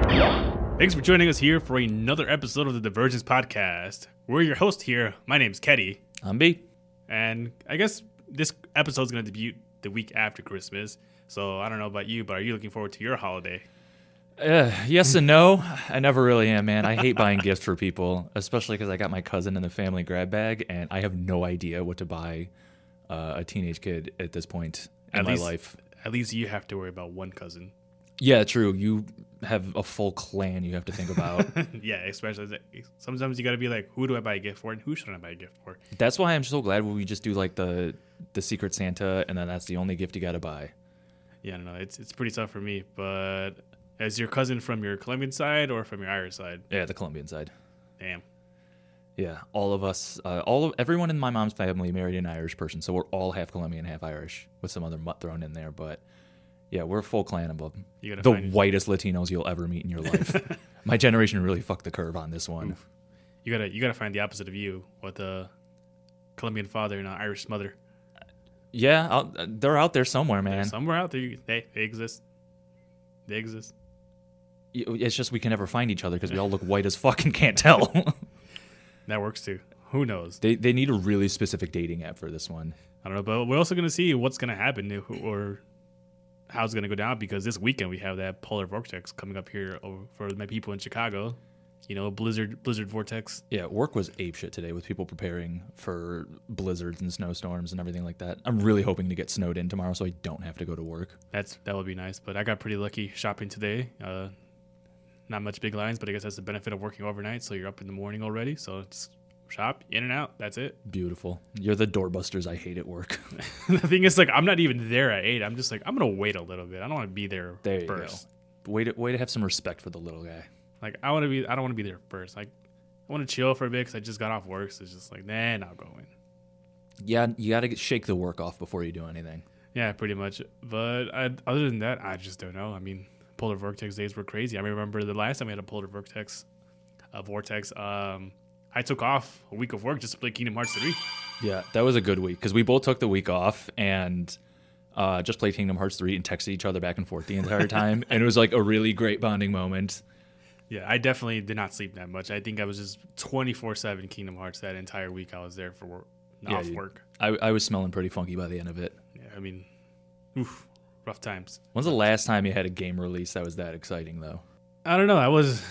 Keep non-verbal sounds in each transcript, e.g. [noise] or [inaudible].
Thanks for joining us here for another episode of the Divergence Podcast. We're your host here. My name's Keddy, I'm B. and I guess this episode's going to debut the week after Christmas. So I don't know about you, but are you looking forward to your holiday? Uh, yes and no. I never really am, man. I hate buying [laughs] gifts for people, especially because I got my cousin in the family grab bag, and I have no idea what to buy uh, a teenage kid at this point in At my least- life. At least you have to worry about one cousin. [laughs] Yeah, true. You have a full clan you have to think about. yeah, especially sometimes you got to be like, who do I buy a gift for, and who shouldn't I buy a gift for? [laughs] that's why I'm so glad when we just do like the the Secret Santa, and then that's the only gift you got to buy. Yeah, I don't know. It's it's pretty tough for me. But as your cousin from your Colombian side or from your Irish side, Yeah, the Colombian side. damn. Yeah, all of us, uh, all of everyone in my mom's family married an Irish person, so we're all half Colombian, half Irish, with some other mutt thrown in there. But yeah, we're a full clan of them. You gotta the find- whitest Latinos you'll ever meet in your life. my generation really fucked the curve on this one. You gotta you gotta find the opposite of you with a Colombian father and an Irish mother. Yeah, I'll, uh, they're out there somewhere, man. Somewhere out there, you, they they exist. They exist. Y- It's just we can never find each other because we all look white as fuck and can't tell. That works too. Who knows? they they need a really specific dating app for this one. I don't know, but we're also gonna see what's gonna happen if- or how it's gonna go down because this weekend we have that polar vortex coming up here over, for my people in Chicago. You know, blizzard blizzard vortex. Yeah, work was apeshit today with people preparing for blizzards and snowstorms and everything like that. I'm really hoping to get snowed in tomorrow so I don't have to go to work. That's that would be nice. But I got pretty lucky shopping today. Uh, not much big lines, but I guess that's the benefit of working overnight. So you're up in the morning already. So it's shop in and out. That's it. [laughs] Beautiful. You're the doorbusters I hate at work. [laughs] the thing is, like, I'm not even there at eight. I'm just like, I'm gonna wait a little bit. I don't want to be there, There you first. go. Way to, way to have some respect for the little guy. Like, I want to be. I don't want to be there first. Like, I want to chill for a bit because I just got off work. So it's just like, nah, not going. Yeah, you got to shake the work off before you do anything. Yeah, pretty much. But I, other than that, I just don't know. I mean, polar vortex days were crazy. I remember the last time we had a polar vortex, a vortex. Um, I took off a week of work just to play Kingdom Hearts three. Yeah, that was a good week because we both took the week off and uh, just played Kingdom Hearts 3 and texted each other back and forth the entire [laughs] time. and it was like a really great bonding moment. Yeah, I definitely did not sleep that much. I think I was just twenty four seven Kingdom Hearts that entire week. I was there for work, Yeah, off you- work. I, I was smelling pretty funky by the end of it. Yeah, I mean, oof, rough times. When's the last time you had a game release that was that exciting, though? I don't know. I was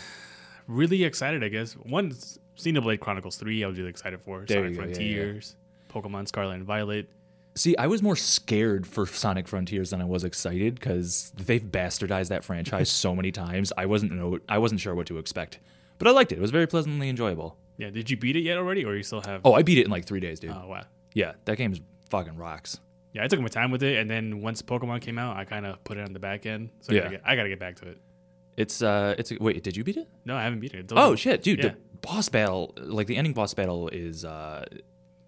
really excited. I guess one, Xenoblade Chronicles three. I was really excited for There Sonic you go, yeah, yeah. Frontiers, Pokemon Scarlet and Violet. See, I was more scared for Sonic Frontiers than I was excited because they've bastardized [laughs] that franchise so many times. I wasn't know I wasn't sure what to expect, but I liked it. It was very pleasantly enjoyable. Yeah, did you beat it yet already, or you still have? Oh, I beat it in like three days, dude. Oh, wow. Yeah, that game's fucking rocks. Yeah, I took my time with it, and then once Pokemon came out, I kind of put it on the back end. So I gotta Yeah. get, I gotta get back to it. It's uh, it's wait, did you beat it? No, I haven't beaten it. Oh shit, dude, yeah. the boss battle, like the ending boss battle, is uh,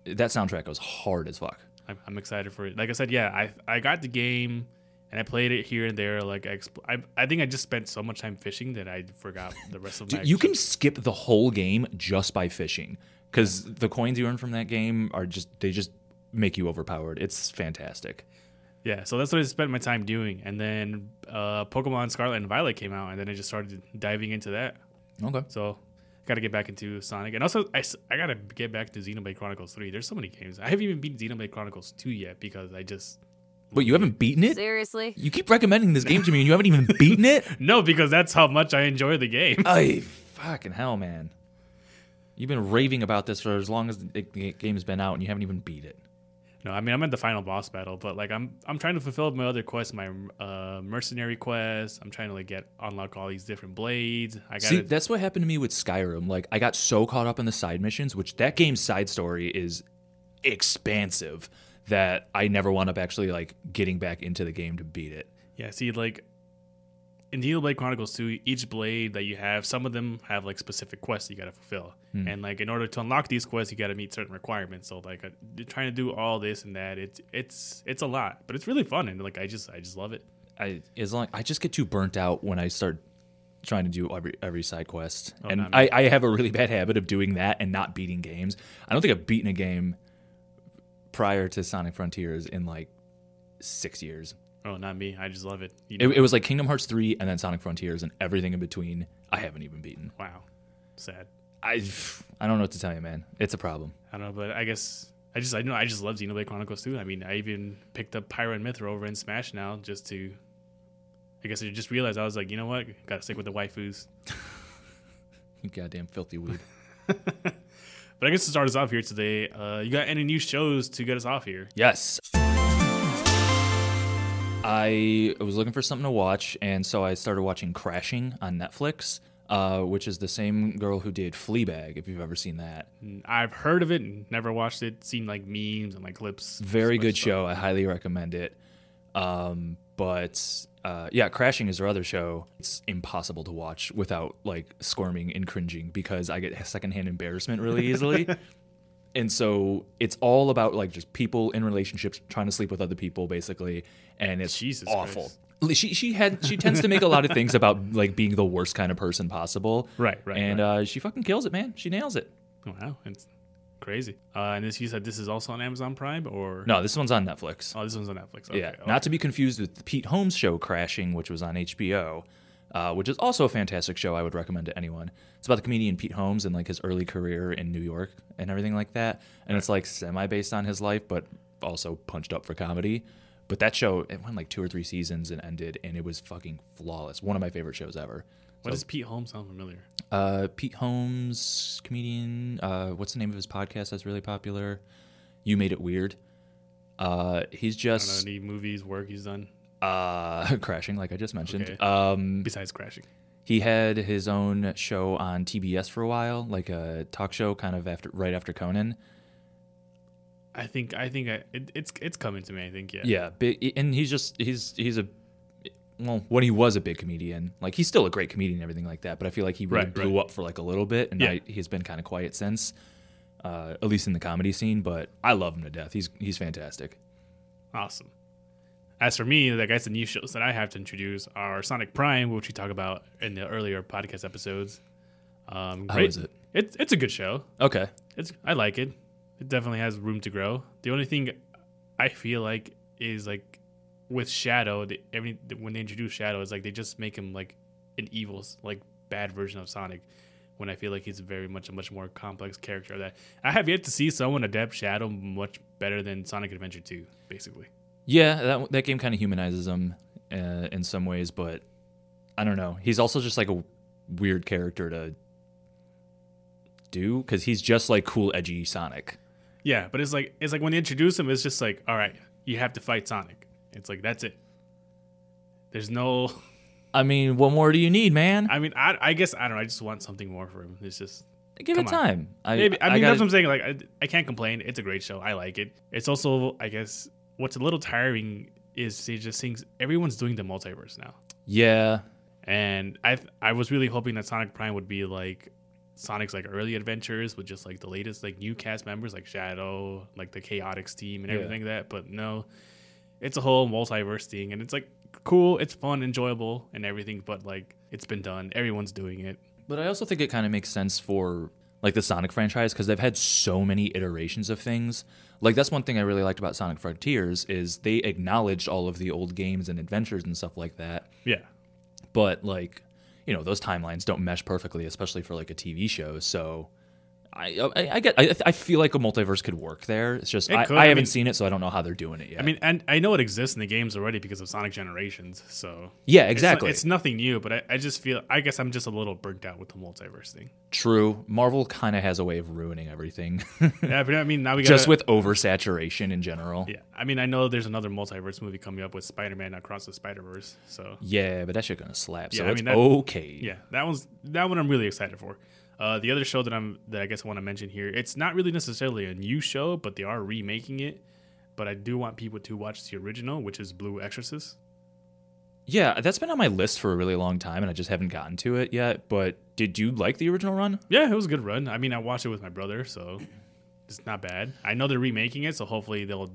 that soundtrack goes hard as fuck. I'm, I'm excited for it. Like I said, yeah, I I got the game, and I played it here and there. Like I, expl- I, I think I just spent so much time fishing that I forgot the rest of my. Dude, you can skip the whole game just by fishing because the coins you earn from that game are just they just make you overpowered. It's fantastic. Yeah, so that's what I spent my time doing, and then uh, Pokemon Scarlet and Violet came out, and then I just started diving into that. Okay. So. Got to get back into Sonic, and also I, s- I gotta get back to Xenoblade Chronicles Three. There's so many games. I haven't even beaten Xenoblade Chronicles Two yet because I just [laughs] Wait, you haven't beaten it? Seriously? You keep recommending this game to me and you haven't [laughs] even beaten it? No, because that's how much I enjoy the game. [laughs] I fucking hell, man. You've been raving about this for as long as the the game's been out and you haven't even beat it. No, I mean I'm at the final boss battle, but like I'm I'm trying to fulfill my other quests, my uh, mercenary quest. I'm trying to like get unlock all these different blades. I got See, to that's what happened to me with Skyrim. Like, I got so caught up in the side missions, which that game's side story is expansive, that I never wound up actually like getting back into the game to beat it. yeah. See, like in Needle Blade Chronicles 2, each blade that you have, some of them have like specific quests you got to fulfill, and like in order to unlock these quests, you got to meet certain requirements. So like uh, trying to do all this and that, it's it's it's a lot, but it's really fun, and like I just I just love it. I as long I just get too burnt out when I start trying to do every every side quest, and Oh, not me. I, I have a really bad habit of doing that and not beating games. I don't think I've beaten a game prior to Sonic Frontiers in like six years. Oh, not me. I just love it. You It, know, it was like Kingdom Hearts 3 and then Sonic Frontiers and everything in between. I haven't even beaten. wow, sad. I I don't know what to tell you, man. It's a problem. I don't know, but I guess I just I know I just love Xenoblade Chronicles too. I mean, I even picked up Pyro and Mithra over in Smash now just to. I guess I just realized I was like, you know what, gotta stick with the waifus. You goddamn filthy weed. But I guess to start us off here today, uh, you got any new shows to get us off here? Yes. I was looking for something to watch, and so I started watching Crashing on Netflix, uh, which is the same girl who did Fleabag, if you've ever seen that. I've heard of it and never watched it. Seen like memes and like clips. Very So much good stuff. show. I highly recommend it. Um, but uh, yeah, Crashing is her other show. It's impossible to watch without like squirming and cringing because I get secondhand embarrassment really [laughs] easily. and so it's all about like just people in relationships trying to sleep with other people basically and it's Jesus awful Christ. she she had she tends to make a lot of things about like being the worst kind of person possible Right, right, and uh she fucking kills it man she nails it Wow, it's crazy. Uh, and this you said this is also on Amazon Prime or no this one's on netflix Oh, this one's on Netflix. Okay. yeah okay. not to be confused with the pete holmes show crashing which was on hbo uh, which is also a fantastic show i would recommend to anyone it's about the comedian pete holmes and like his early career in new york and everything like that and it's like semi based on his life but also punched up for comedy but that show it went like two or three seasons and ended and it was fucking flawless one of my favorite shows ever What does Pete Holmes sound familiar? uh, Pete Holmes, comedian. Uh, what's the name of his podcast that's really popular? You made it weird. Uh, he's I don't just know any movies, work he's done uh, [laughs] crashing, like I just mentioned. Okay. Um, besides crashing. he had his own show on TBS for a while, like a talk show, kind of after right after Conan. I think I think I, it, it's it's coming to me. I think yeah. Yeah, big, and he's just he's he's a well, when he was a big comedian, like he's still a great comedian and everything like that. But I feel like he really Right, blew up for like a little bit, and Yeah. I, he's been kind of quiet since, uh, at least in the comedy scene. But I love him to death. He's he's fantastic. Awesome. As for me, like I said, new shows that I have to introduce are Sonic Prime, which we talked about in the earlier podcast episodes. Um, How great- is it? It's it's a good show. Okay, It's I like it. It definitely has room to grow. The only thing I feel like is like with Shadow, they, every when they introduce Shadow, it's like they just make him like an evil, like bad version of Sonic. When I feel like he's very much a much more complex character that I have yet to see someone adapt Shadow much better than Sonic Adventure Two, basically. yeah, that that game kind of humanizes him uh, in some ways, but I don't know. He's also just like a weird character to do because he's just like cool, edgy Sonic. Yeah, but it's like it's like when they introduce him, it's just like, all right, you have to fight Sonic. It's like that's it. There's no. I mean, what more do you need, man? I mean, I, I guess I don't. know. I just want something more for him. It's just Give come it on. time. I, Maybe. I, mean, gotta- that's what I'm saying. Like, I, I can't complain. It's a great show. I like it. It's also, I guess, what's a little tiring is they just things. Everyone's doing the multiverse now, Yeah, and I th- I was really hoping that Sonic Prime would be like Sonic's like early adventures with just like the latest like new cast members like Shadow, like the Chaotix team and Yeah. everything like that. But no, it's a whole multiverse thing, and it's like cool. It's fun, enjoyable, and everything. But like, it's been done. Everyone's doing it. but I also think it kind of makes sense for like the Sonic franchise because they've had so many iterations of things. Like that's one thing I really liked about Sonic Frontiers is they acknowledged all of the old games and adventures and stuff like that. Yeah. But like, you know, those timelines don't mesh perfectly, especially for like a TV show. So I I, I get I, I feel like a multiverse could work there. It's just It I, could, I I haven't mean- seen it, so I don't know how they're doing it yet. I mean, and I know it exists in the games already because of Sonic Generations. So yeah, It's not- exactly. It's, nothing new, but I, I just feel I guess I'm just a little burnt out with the multiverse thing. [laughs] True. Marvel kind of has a way of ruining everything. [laughs] yeah, but I mean now we got just with oversaturation in general. yeah. I mean I know there's another multiverse movie coming up with Spider-Man across the Spider-Verse. So Yeah, but that shit gonna slap. so Yeah, I it's mean, that- okay. yeah, that one's that one I'm really excited for. Uh, the other show that I'm that I guess I want to mention here, it's not really necessarily a new show, but they are remaking it. But I do want people to watch the original, which is Blue Exorcist. Yeah, that's been on my list for a really long time, and I just haven't gotten to it yet. But did you like the original run? Yeah, it was a good run. I mean, I watched it with my brother, so it's not bad. I know they're remaking it, so hopefully they'll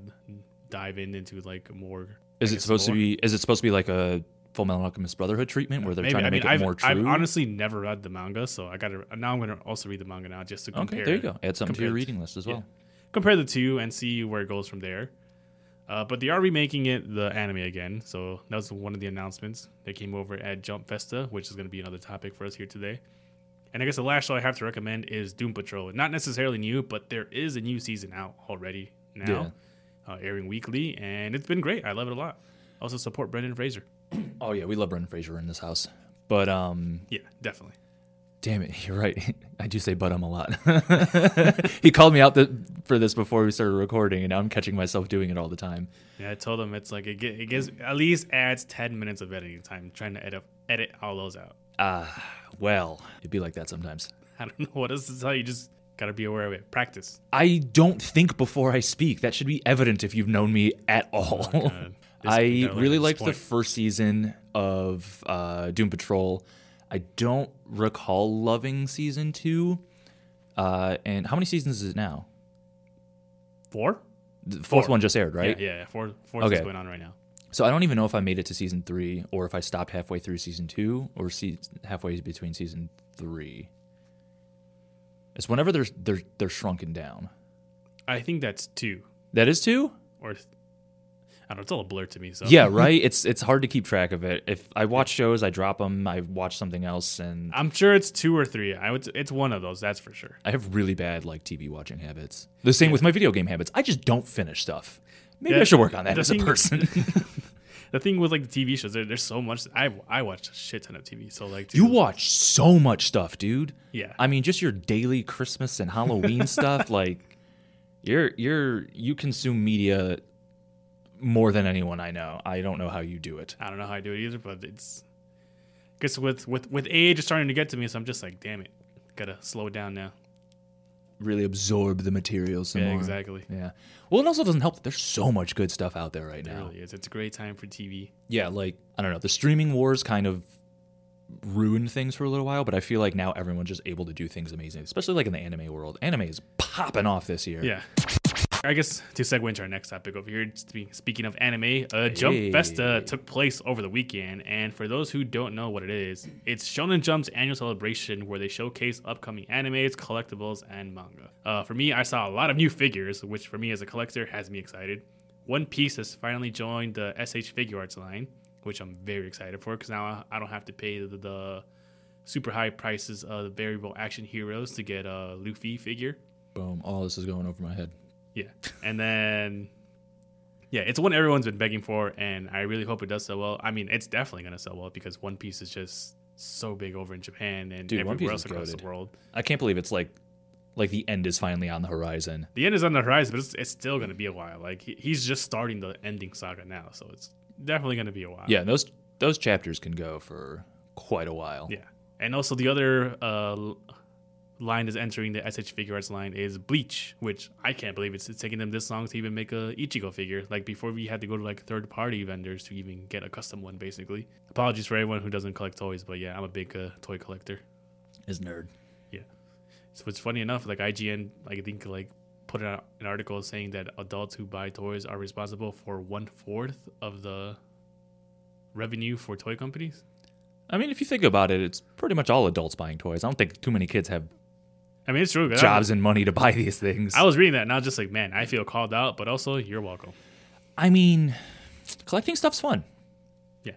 dive in into like more. Is I it guess, supposed to lore. be? Is it supposed to be like a Full Metal Alchemist Brotherhood treatment where they're Maybe. trying to I make mean, it I've, more true? I've honestly never read the manga, so I gotta now. I'm gonna also read the manga now just to okay, compare. there you go. Add something to compare your it. reading list as well. Compare the two and see where it goes from there. Uh, but they are remaking it the anime again, so that was one of the announcements that came over at Jump Festa, which is going to be another topic for us here today. And I guess the last show I have to recommend is Doom Patrol. Not necessarily new, but there is a new season out already now, uh, airing weekly, and it's been great. I love it a lot. Also support Brendan Fraser. Oh yeah, we love Brendan Fraser in this house. But um, Yeah, definitely. damn it, [laughs] you're right. I do say but um a lot. [laughs] he called me out th- for this before we started recording, and now I'm catching myself doing it all the time. Yeah, I told him it's like it, gi- it gives at least adds ten minutes of editing time trying to edit edit all those out. Ah, well, it'd be like that sometimes. [laughs] I don't know what else to tell you. Just gotta be aware of it. Practice. I don't think before I speak. That should be evident if you've known me at all. Oh God. This- I they're looking really at liked this the point. first season of uh, Doom Patrol. I don't recall loving season two. Uh, and how many seasons is it now? four. The fourth one just aired, right? Yeah, yeah, yeah. Four. Four is Okay. going on right now. So I don't even know if I made it to season three or if I stopped halfway through season two or se- halfway between season three. It's whenever they're they're they're shrunken down. I think that's two That is two. or. th- I don't know. It's all a blur to me. So [laughs] Yeah, right. It's it's hard to keep track of it. If I watch shows, I drop them. I watch something else, and I'm sure it's two or three. I would. It's one of those. That's for sure. I have really bad like TV watching habits. The same with my video game habits. I just don't finish stuff. Maybe I Yeah, should work on [laughs] that the as a thing- person. [laughs] The thing with like the TV shows, there, there's so much. I I watch a shit ton of TV. So like, you dude, watch so much stuff, dude. Yeah. I mean, just your daily Christmas [laughs] and Halloween stuff. Like, you're you're you consume media more than anyone I know. I don't know how you do it. I don't know how I do it either, but it's because with with with age, it's starting to get to me. So I'm just like, damn it, gotta slow down now. Really absorb the material. Some Yeah, more. exactly. Yeah. Well, it also doesn't help that there's so much good stuff out there right It now. really is. It's a great time for TV. yeah, like I don't know, the streaming wars kind of ruined things for a little while, but I feel like now everyone's just able to do things amazing, especially like in the anime world. Anime is popping off this year. Yeah. I guess to segue into our next topic over here, spe- speaking of anime, uh, Jump Hey. Festa took place over the weekend. And for those who don't know what it is, it's Shonen Jump's annual celebration where they showcase upcoming animes, collectibles, and manga. Uh, for me, I saw a lot of new figures, which for me as a collector has me excited. One Piece has finally joined the SH Figure Arts line, which I'm very excited for because now I I don't have to pay the, the super high prices of the variable action heroes to get a Luffy figure. Boom. All this is going over my head. Yeah. And then yeah, it's one everyone's been begging for and I really hope it does so well. I mean, it's definitely going to sell well because One Piece is just so big over in Japan and Dude, One Piece everywhere else is across goated. the world. I can't believe it's like like the end is finally on the horizon. The end is on the horizon, but it's, it's still going to be a while. Like he, he's just starting the ending saga now, so it's definitely going to be a while. Yeah, and those those chapters can go for quite a while. Yeah. And also the other uh, l- line is entering the SH Figure Arts line is Bleach, which I can't believe it's, it's taking them this long to even make a Ichigo figure. Like before we had to go to like third party vendors to even get a custom one basically. Apologies for everyone who doesn't collect toys, but yeah, I'm a big uh, toy collector. Is nerd. So it's funny enough like IGN like I think like put out an article saying that adults who buy toys are responsible for one fourth of the revenue for toy companies. I mean, if you think about it, it's pretty much all adults buying toys. I don't think too many kids have I mean, it's true. but I- jobs and money to buy these things. I was reading that and I was just like, man, I feel called out, but also you're welcome. I mean, collecting stuff's fun. Yeah.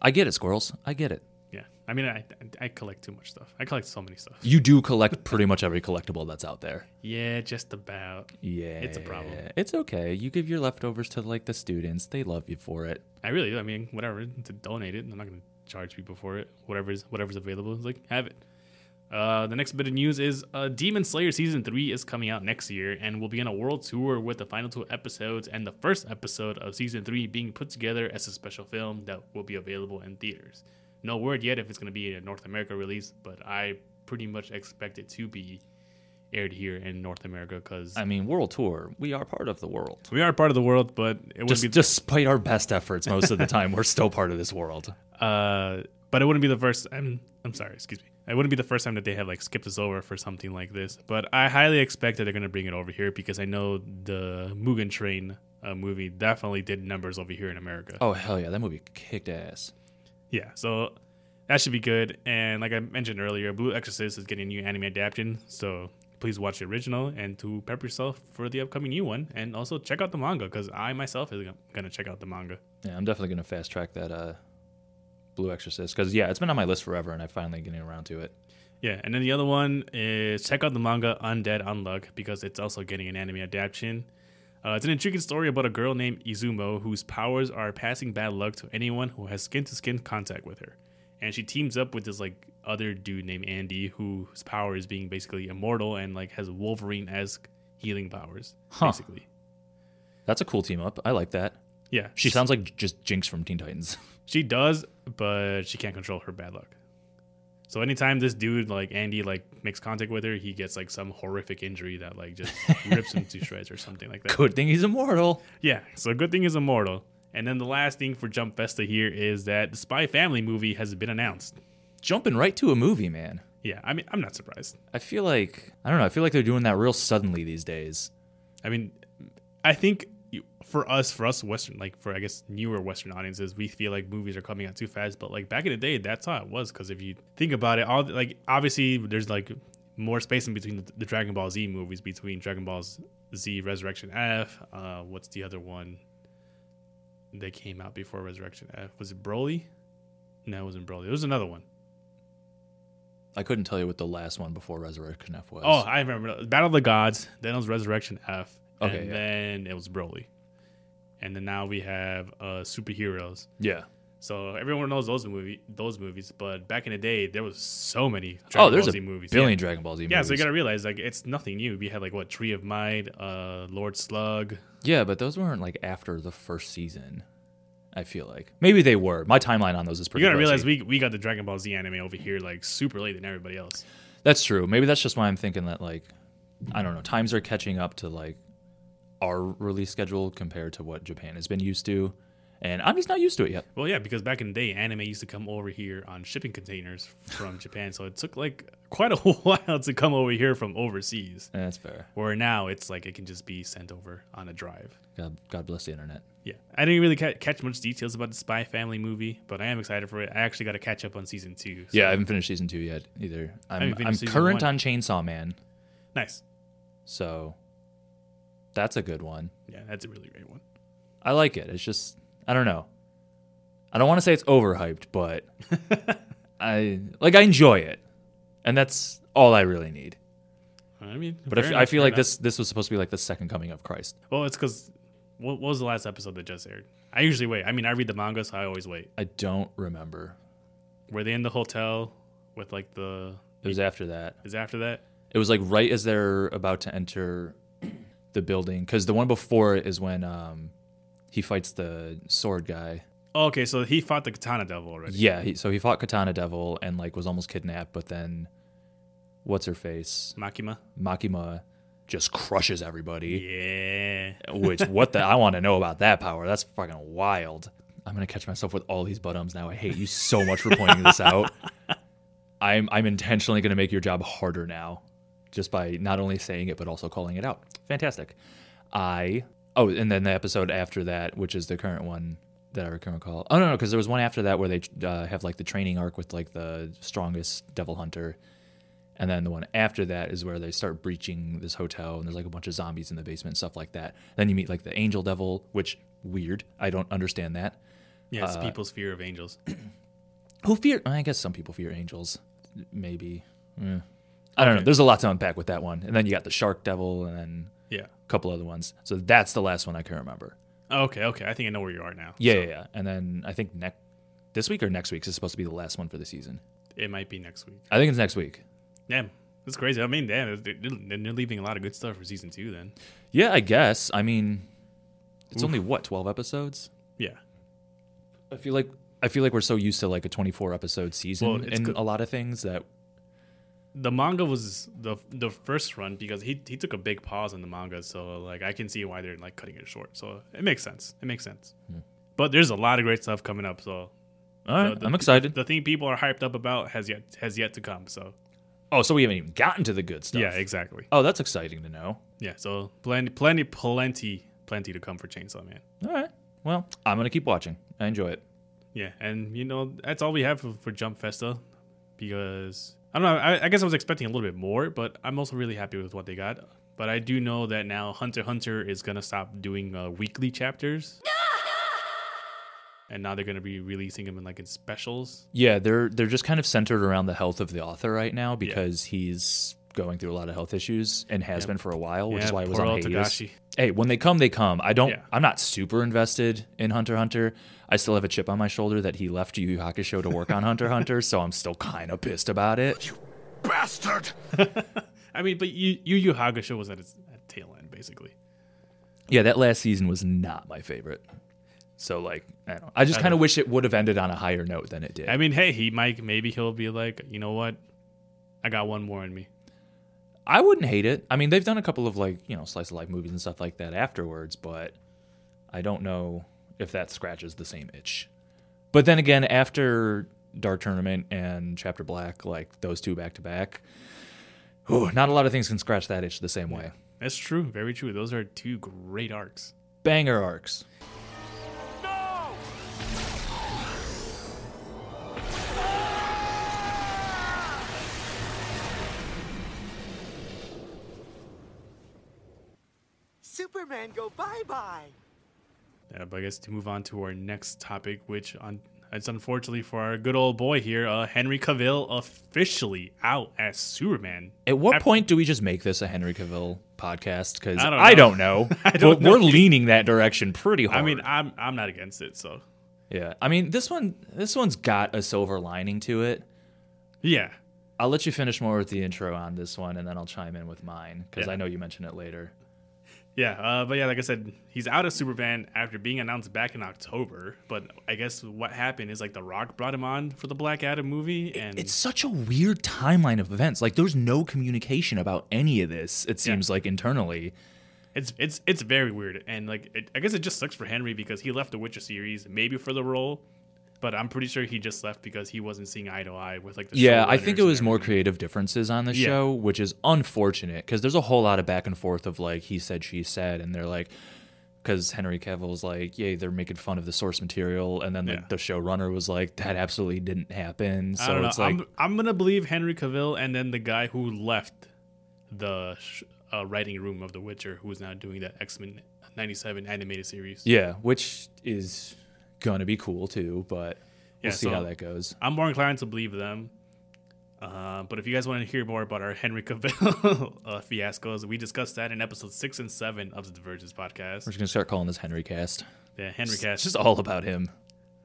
I get it, squirrels. I get it. Yeah. I mean, I, I collect too much stuff. I collect so many stuff. You do collect pretty much every collectible that's out there. Yeah, just about. Yeah. a problem. It's okay. You give your leftovers to like the students. They love you for it. I really, do. I mean, whatever, to donate it. I'm not going to charge people for it. Whatever's, whatever's available, it's like, have it. Uh, the next bit of news is uh, Demon Slayer Season 3 is coming out next year and will be on a world tour with the final two episodes and the first episode of Season 3 being put together as a special film that will be available in theaters. No word yet if it's going to be a North America release, but I pretty much expect it to be aired here in North America because I mean, world tour. We are part of the world. we are part of the world, but it wouldn't Just, be despite our best efforts, most of the time, we're still part of this world. Uh, but it wouldn't be the first. I'm I'm sorry, excuse me. It wouldn't be the first time that they have like skipped us over for something like this. But I highly expect that they're gonna bring it over here because I know the Mugen Train uh, movie definitely did numbers over here in America. [laughs] Oh, hell yeah. That movie kicked ass. Yeah, so that should be good. And like I mentioned earlier, Blue Exorcist is getting a new anime adaptation, so please watch the original and to prep yourself for the upcoming new one. And also check out the manga because I myself is going to check out the manga. Yeah, I'm definitely gonna fast track that uh, Blue Exorcist because yeah, it's been on my list forever, and I'm finally getting around to it. Yeah, and then the other one is check out the manga Undead Unluck because it's also getting an anime adaptation. Uh, it's an intriguing story about a girl named Izumo whose powers are passing bad luck to anyone who has skin to skin contact with her. And she teams up with this like other dude named Andy whose power is being basically immortal and like has Wolverine esque healing powers. Huh. Basically. That's a cool team up. I like that. Yeah. She sounds like just Jinx from Teen Titans. [laughs] She does, but she can't control her bad luck. So anytime this dude like Andy like makes contact with her, he gets like some horrific injury that like just rips him to shreds or something like that. Good thing he's immortal. Yeah, so good thing is immortal. And then the last thing for Jump Festa here is that the Spy Family movie has been announced. Jumping right to a movie, man. Yeah, I mean I'm not surprised. I feel like I don't know. I feel like they're doing that real suddenly these days. I mean, I think you- for us, for us Western, like for I guess newer Western audiences, we feel like movies are coming out too fast. But like back in the day, that's how it was. Because if you think about it, all the- like obviously there's like more space in between the, the Dragon Ball Z movies, between Dragon Ball Z Resurrection F. Uh, what's the other one that came out before Resurrection F? Was it Broly? No, it wasn't Broly. It was another one. I couldn't tell you what the last one before Resurrection F was. Oh, I remember Battle of the Gods. Then it was Resurrection F. Okay, and yeah. then it was Broly. And then now we have uh, superheroes. yeah. So everyone knows those movie those movies, but back in the day there was so many oh, Dragon there's Ball a Z movies. billion Yeah. Dragon Ball Z Yeah, movies. so you gotta realize like it's nothing new. We had like what Tree of Mind, uh, Lord Slug. Yeah, but those weren't like after the first season. I feel like maybe they were. My timeline on those is You pretty. gotta realize fuzzy. we we got the Dragon Ball Z anime over here like super late than everybody else. that's true. Maybe that's just why I'm thinking that like I don't know. Times are catching up to like our release schedule compared to what Japan has been used to, and I'm just not used to it yet. Well, yeah, because back in the day, anime used to come over here on shipping containers [laughs] from Japan, so it took like quite a [laughs] while to come over here from overseas. Eh, That's fair. Where now it's like it can just be sent over on a drive. God, God bless the internet. Yeah, I didn't really ca- catch much details about the Spy Family movie, but I am excited for it. I actually got to catch up on season two. so- Yeah, I haven't finished season two yet either. I'm, haven't I'm finished season current one. on Chainsaw Man, nice. so that's a good one. Yeah, that's a really great one. I like it. It's just I don't know. I don't want to say it's overhyped, [laughs] but I like I enjoy it, and that's all I really need. I mean, But I f- I feel like this this was supposed to be like the second coming of Christ. Well, it's because what, what was the last episode that just aired? I usually wait. I mean, I read the manga, so I always wait. I don't remember. Were they in the hotel with like the? It was after that. Is after that? It was like right as they're about to enter the building, because the one before it is when um he fights the sword guy. Oh, okay, so he fought the Katana Devil already. Yeah, he, so he fought Katana Devil and like was almost kidnapped, but then what's her face Makima. Makima just crushes everybody. Yeah. Which what the I want to know about that power. That's fucking wild. I'm gonna catch myself with all these buttons now. I hate you so much for pointing this out. [laughs] I'm I'm intentionally gonna make your job harder now, just by not only saying it but also calling it out. Fantastic. I oh, and then the episode after that, which is the current one that I can recall. Oh no, no, because there was one after that where they uh, have like the training arc with like the strongest devil hunter, and then the one after that is where they start breaching this hotel and there's like a bunch of zombies in the basement and stuff like that. Then you meet like the angel devil, which weird. I don't understand that. Yeah, it's people's fear of [clears throat] angels. Who fear I guess some people fear angels. Maybe. Eh. I don't know. There's a lot to unpack with that one. And then you got the shark devil and then Yeah. a couple other ones. So that's the last one I can remember. Okay, okay. I think I know where you are now. Yeah, yeah, yeah. And then I think next this week or next week is supposed to be the last one for the season. It might be next week. I think it's next week. Damn, that's crazy. I mean, damn, they're, they're they're leaving a lot of good stuff for season two. Then, Yeah, I guess. I mean, it's only what twelve episodes. yeah, I feel like I feel like we're so used to like a 24 episode season Well, it's in good- a lot of things that the manga was the the first run because he he took a big pause on the manga, so like I can see why they're like cutting it short. So it makes sense. It makes sense. But there's a lot of great stuff coming up. So all right, the- I'm excited. the thing people are hyped up about has yet has yet to come. So oh, so we haven't even gotten to the good stuff. yeah, exactly. oh, that's exciting to know. Yeah, so plenty, plenty, plenty, plenty to come for Chainsaw Man. All right. Well, I'm going to keep watching. I enjoy it. Yeah, and you know that's all we have for, for Jump Festa. because I don't know. I, I guess I was expecting a little bit more, but I'm also really happy with what they got. But I do know that now Hunter x Hunter is gonna stop doing uh, weekly chapters, and now they're gonna be releasing them in like in specials. Yeah, they're they're just kind of centered around the health of the author right now because he's going through a lot of health issues and has Yep. been for a while, which yeah, is why it was poor on old hiatus. Togashi. Hey, when they come, they come. I don't. Yeah. I'm not super invested in Hunter x Hunter. I still have a chip on my shoulder that he left Yu Yu Hakusho to work on Hunter x Hunter, so I'm still kind of pissed about it. Bastard! I mean, but Yu Yu Yu Hakusho was at its at tail end basically. Yeah, that last season was not my favorite. So like, I don't. I just kind of wish it would have ended on a higher note than it did. I mean, hey, he might maybe he'll be like, you know what, I got one more in me. I wouldn't hate it. I mean, they've done a couple of like you know slice of life movies and stuff like that afterwards, but I don't know if that scratches the same itch. But then again, after Dark Tournament and Chapter Black, like those two back to back, whew, not a lot of things can scratch that itch the same way. That's true, very true. Those are two great arcs. Banger arcs. Superman go bye bye! Yeah, Uh, but I guess to move on to our next topic, which on it's unfortunately for our good old boy here, uh, Henry Cavill officially out as Superman. At what I- point do we just make this a Henry Cavill podcast? Because I don't I know. don't know. [laughs] I don't But We're leaning that direction pretty hard. I mean, I'm I'm not against it, so yeah. I mean, this one, this one's got a silver lining to it. yeah, I'll let you finish more with the intro on this one, and then I'll chime in with mine because Yeah. I know you mentioned it later. yeah. Uh, but yeah, like I said, he's out as Superman after being announced back in October. But I guess what happened is like The Rock brought him on for the Black Adam movie, and It's such a weird timeline of events. Like, there's no communication about any of this. It seems like internally. It's it's it's very weird, and like it, I guess it just sucks for Henry because he left the Witcher series maybe for the role, but I'm pretty sure he just left because he wasn't seeing eye to eye with like the Yeah, I showrunners think it and was more everything. creative differences on the Yeah. show, which is unfortunate because there's a whole lot of back and forth of like he said, she said, and they're like, because Henry Cavill's like, yay, they're making fun of the source material, and then Yeah. the, the showrunner was like, that absolutely didn't happen. I don't So know. it's like, I'm I'm gonna believe Henry Cavill and then the guy who left the sh- uh, writing room of the Witcher, who is now doing that X Men '97 animated series. yeah, which is gonna be cool too, but. Yeah, We'll see how so- that goes. I'm more inclined to believe them. Uh, but if you guys want to hear more about our Henry Cavill [laughs] uh, fiascos, we discussed that in episode six and seven of the Divergence podcast. We're just gonna start calling this Henry Cast. Yeah, Henry It's Cash. just all about him.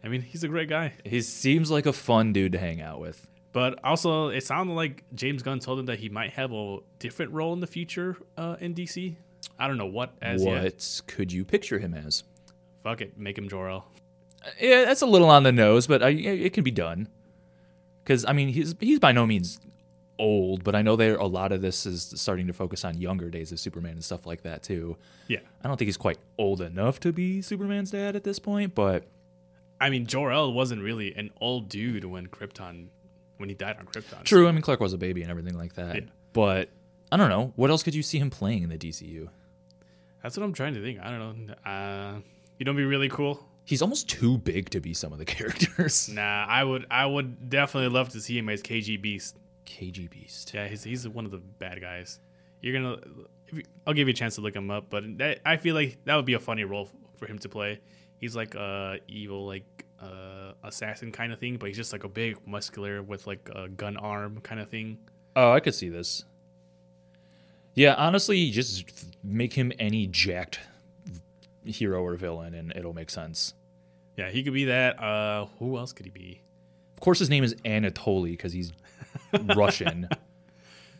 I mean, he's a great guy. He seems like a fun dude to hang out with. But also, it sounded like James Gunn told him that he might have a different role in the future uh, in DC. I don't know what as what yet. could you picture him as? Fuck it, make him Jor-El. Uh, Yeah, that's a little on the nose, but I, it can be done. Because I mean, he's he's by no means old, but I know there a lot of this is starting to focus on younger days of Superman and stuff like that too. Yeah, I don't think he's quite old enough to be Superman's dad at this point, but I mean Jor-El wasn't really an old dude when Krypton, when he died on Krypton. true. I mean, Clark was a baby and everything like that, Yeah. but. I don't know. What else could you see him playing in the DCU? That's what I'm trying to think. I don't know. Uh, you know, what'd be really cool. He's almost too big to be some of the [laughs] characters. Nah, I would, I would definitely love to see him as KG Beast. KG Beast. Yeah, he's he's one of the bad guys. You're gonna, if you, I'll give you a chance to look him up, but that, I feel like that would be a funny role f- for him to play. He's like a evil like uh, assassin kind of thing, but he's just like a big muscular with like a gun arm kind of thing. Oh, I could see this. Yeah, honestly, just make him any jacked hero or villain, and it'll make sense. Yeah, he could be that. Uh, who else could he be? Of course, his name is Anatoly because he's Russian.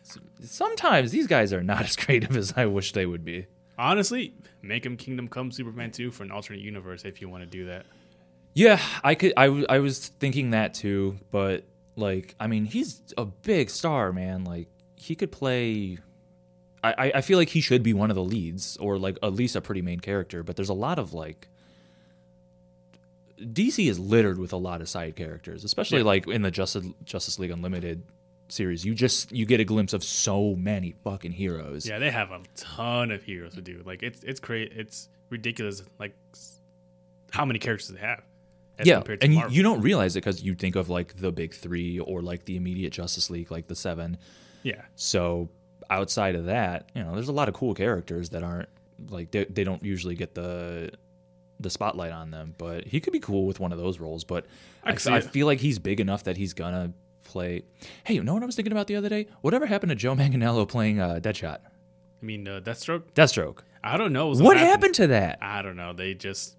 S- Sometimes these guys are not [laughs] as creative as I wish they would be. Honestly, make him Kingdom Come Superman 2 for an alternate universe if you want to do that. Yeah, I could. I, w- I was thinking that too, but like, I mean, he's a big star, man. Like, he could play. I, I- I feel like he should be one of the leads, or like at least a pretty main character. But there's a lot of like. DC is littered with a lot of side characters, especially like in the Justice Justice League Unlimited series. You just you get a glimpse of so many fucking heroes. Yeah, they have a ton of heroes to do. Like it's it's crazy. It's ridiculous. Like s- how many characters they have. as yeah, compared to and you, Marvel. you don't realize it because you think of like the big three or like the immediate Justice League, like the seven. yeah, So outside of that, you know, there's a lot of cool characters that aren't like they, they don't usually get the the spotlight on them. But he could be cool with one of those roles. But I, I f- see I it. feel like he's big enough that he's gonna play. Hey, you know what I was thinking about the other day? Whatever happened to Joe Manganiello playing uh, Deadshot, I mean uh, Deathstroke. Deathstroke? I don't know was What happened to that? I don't know. They just,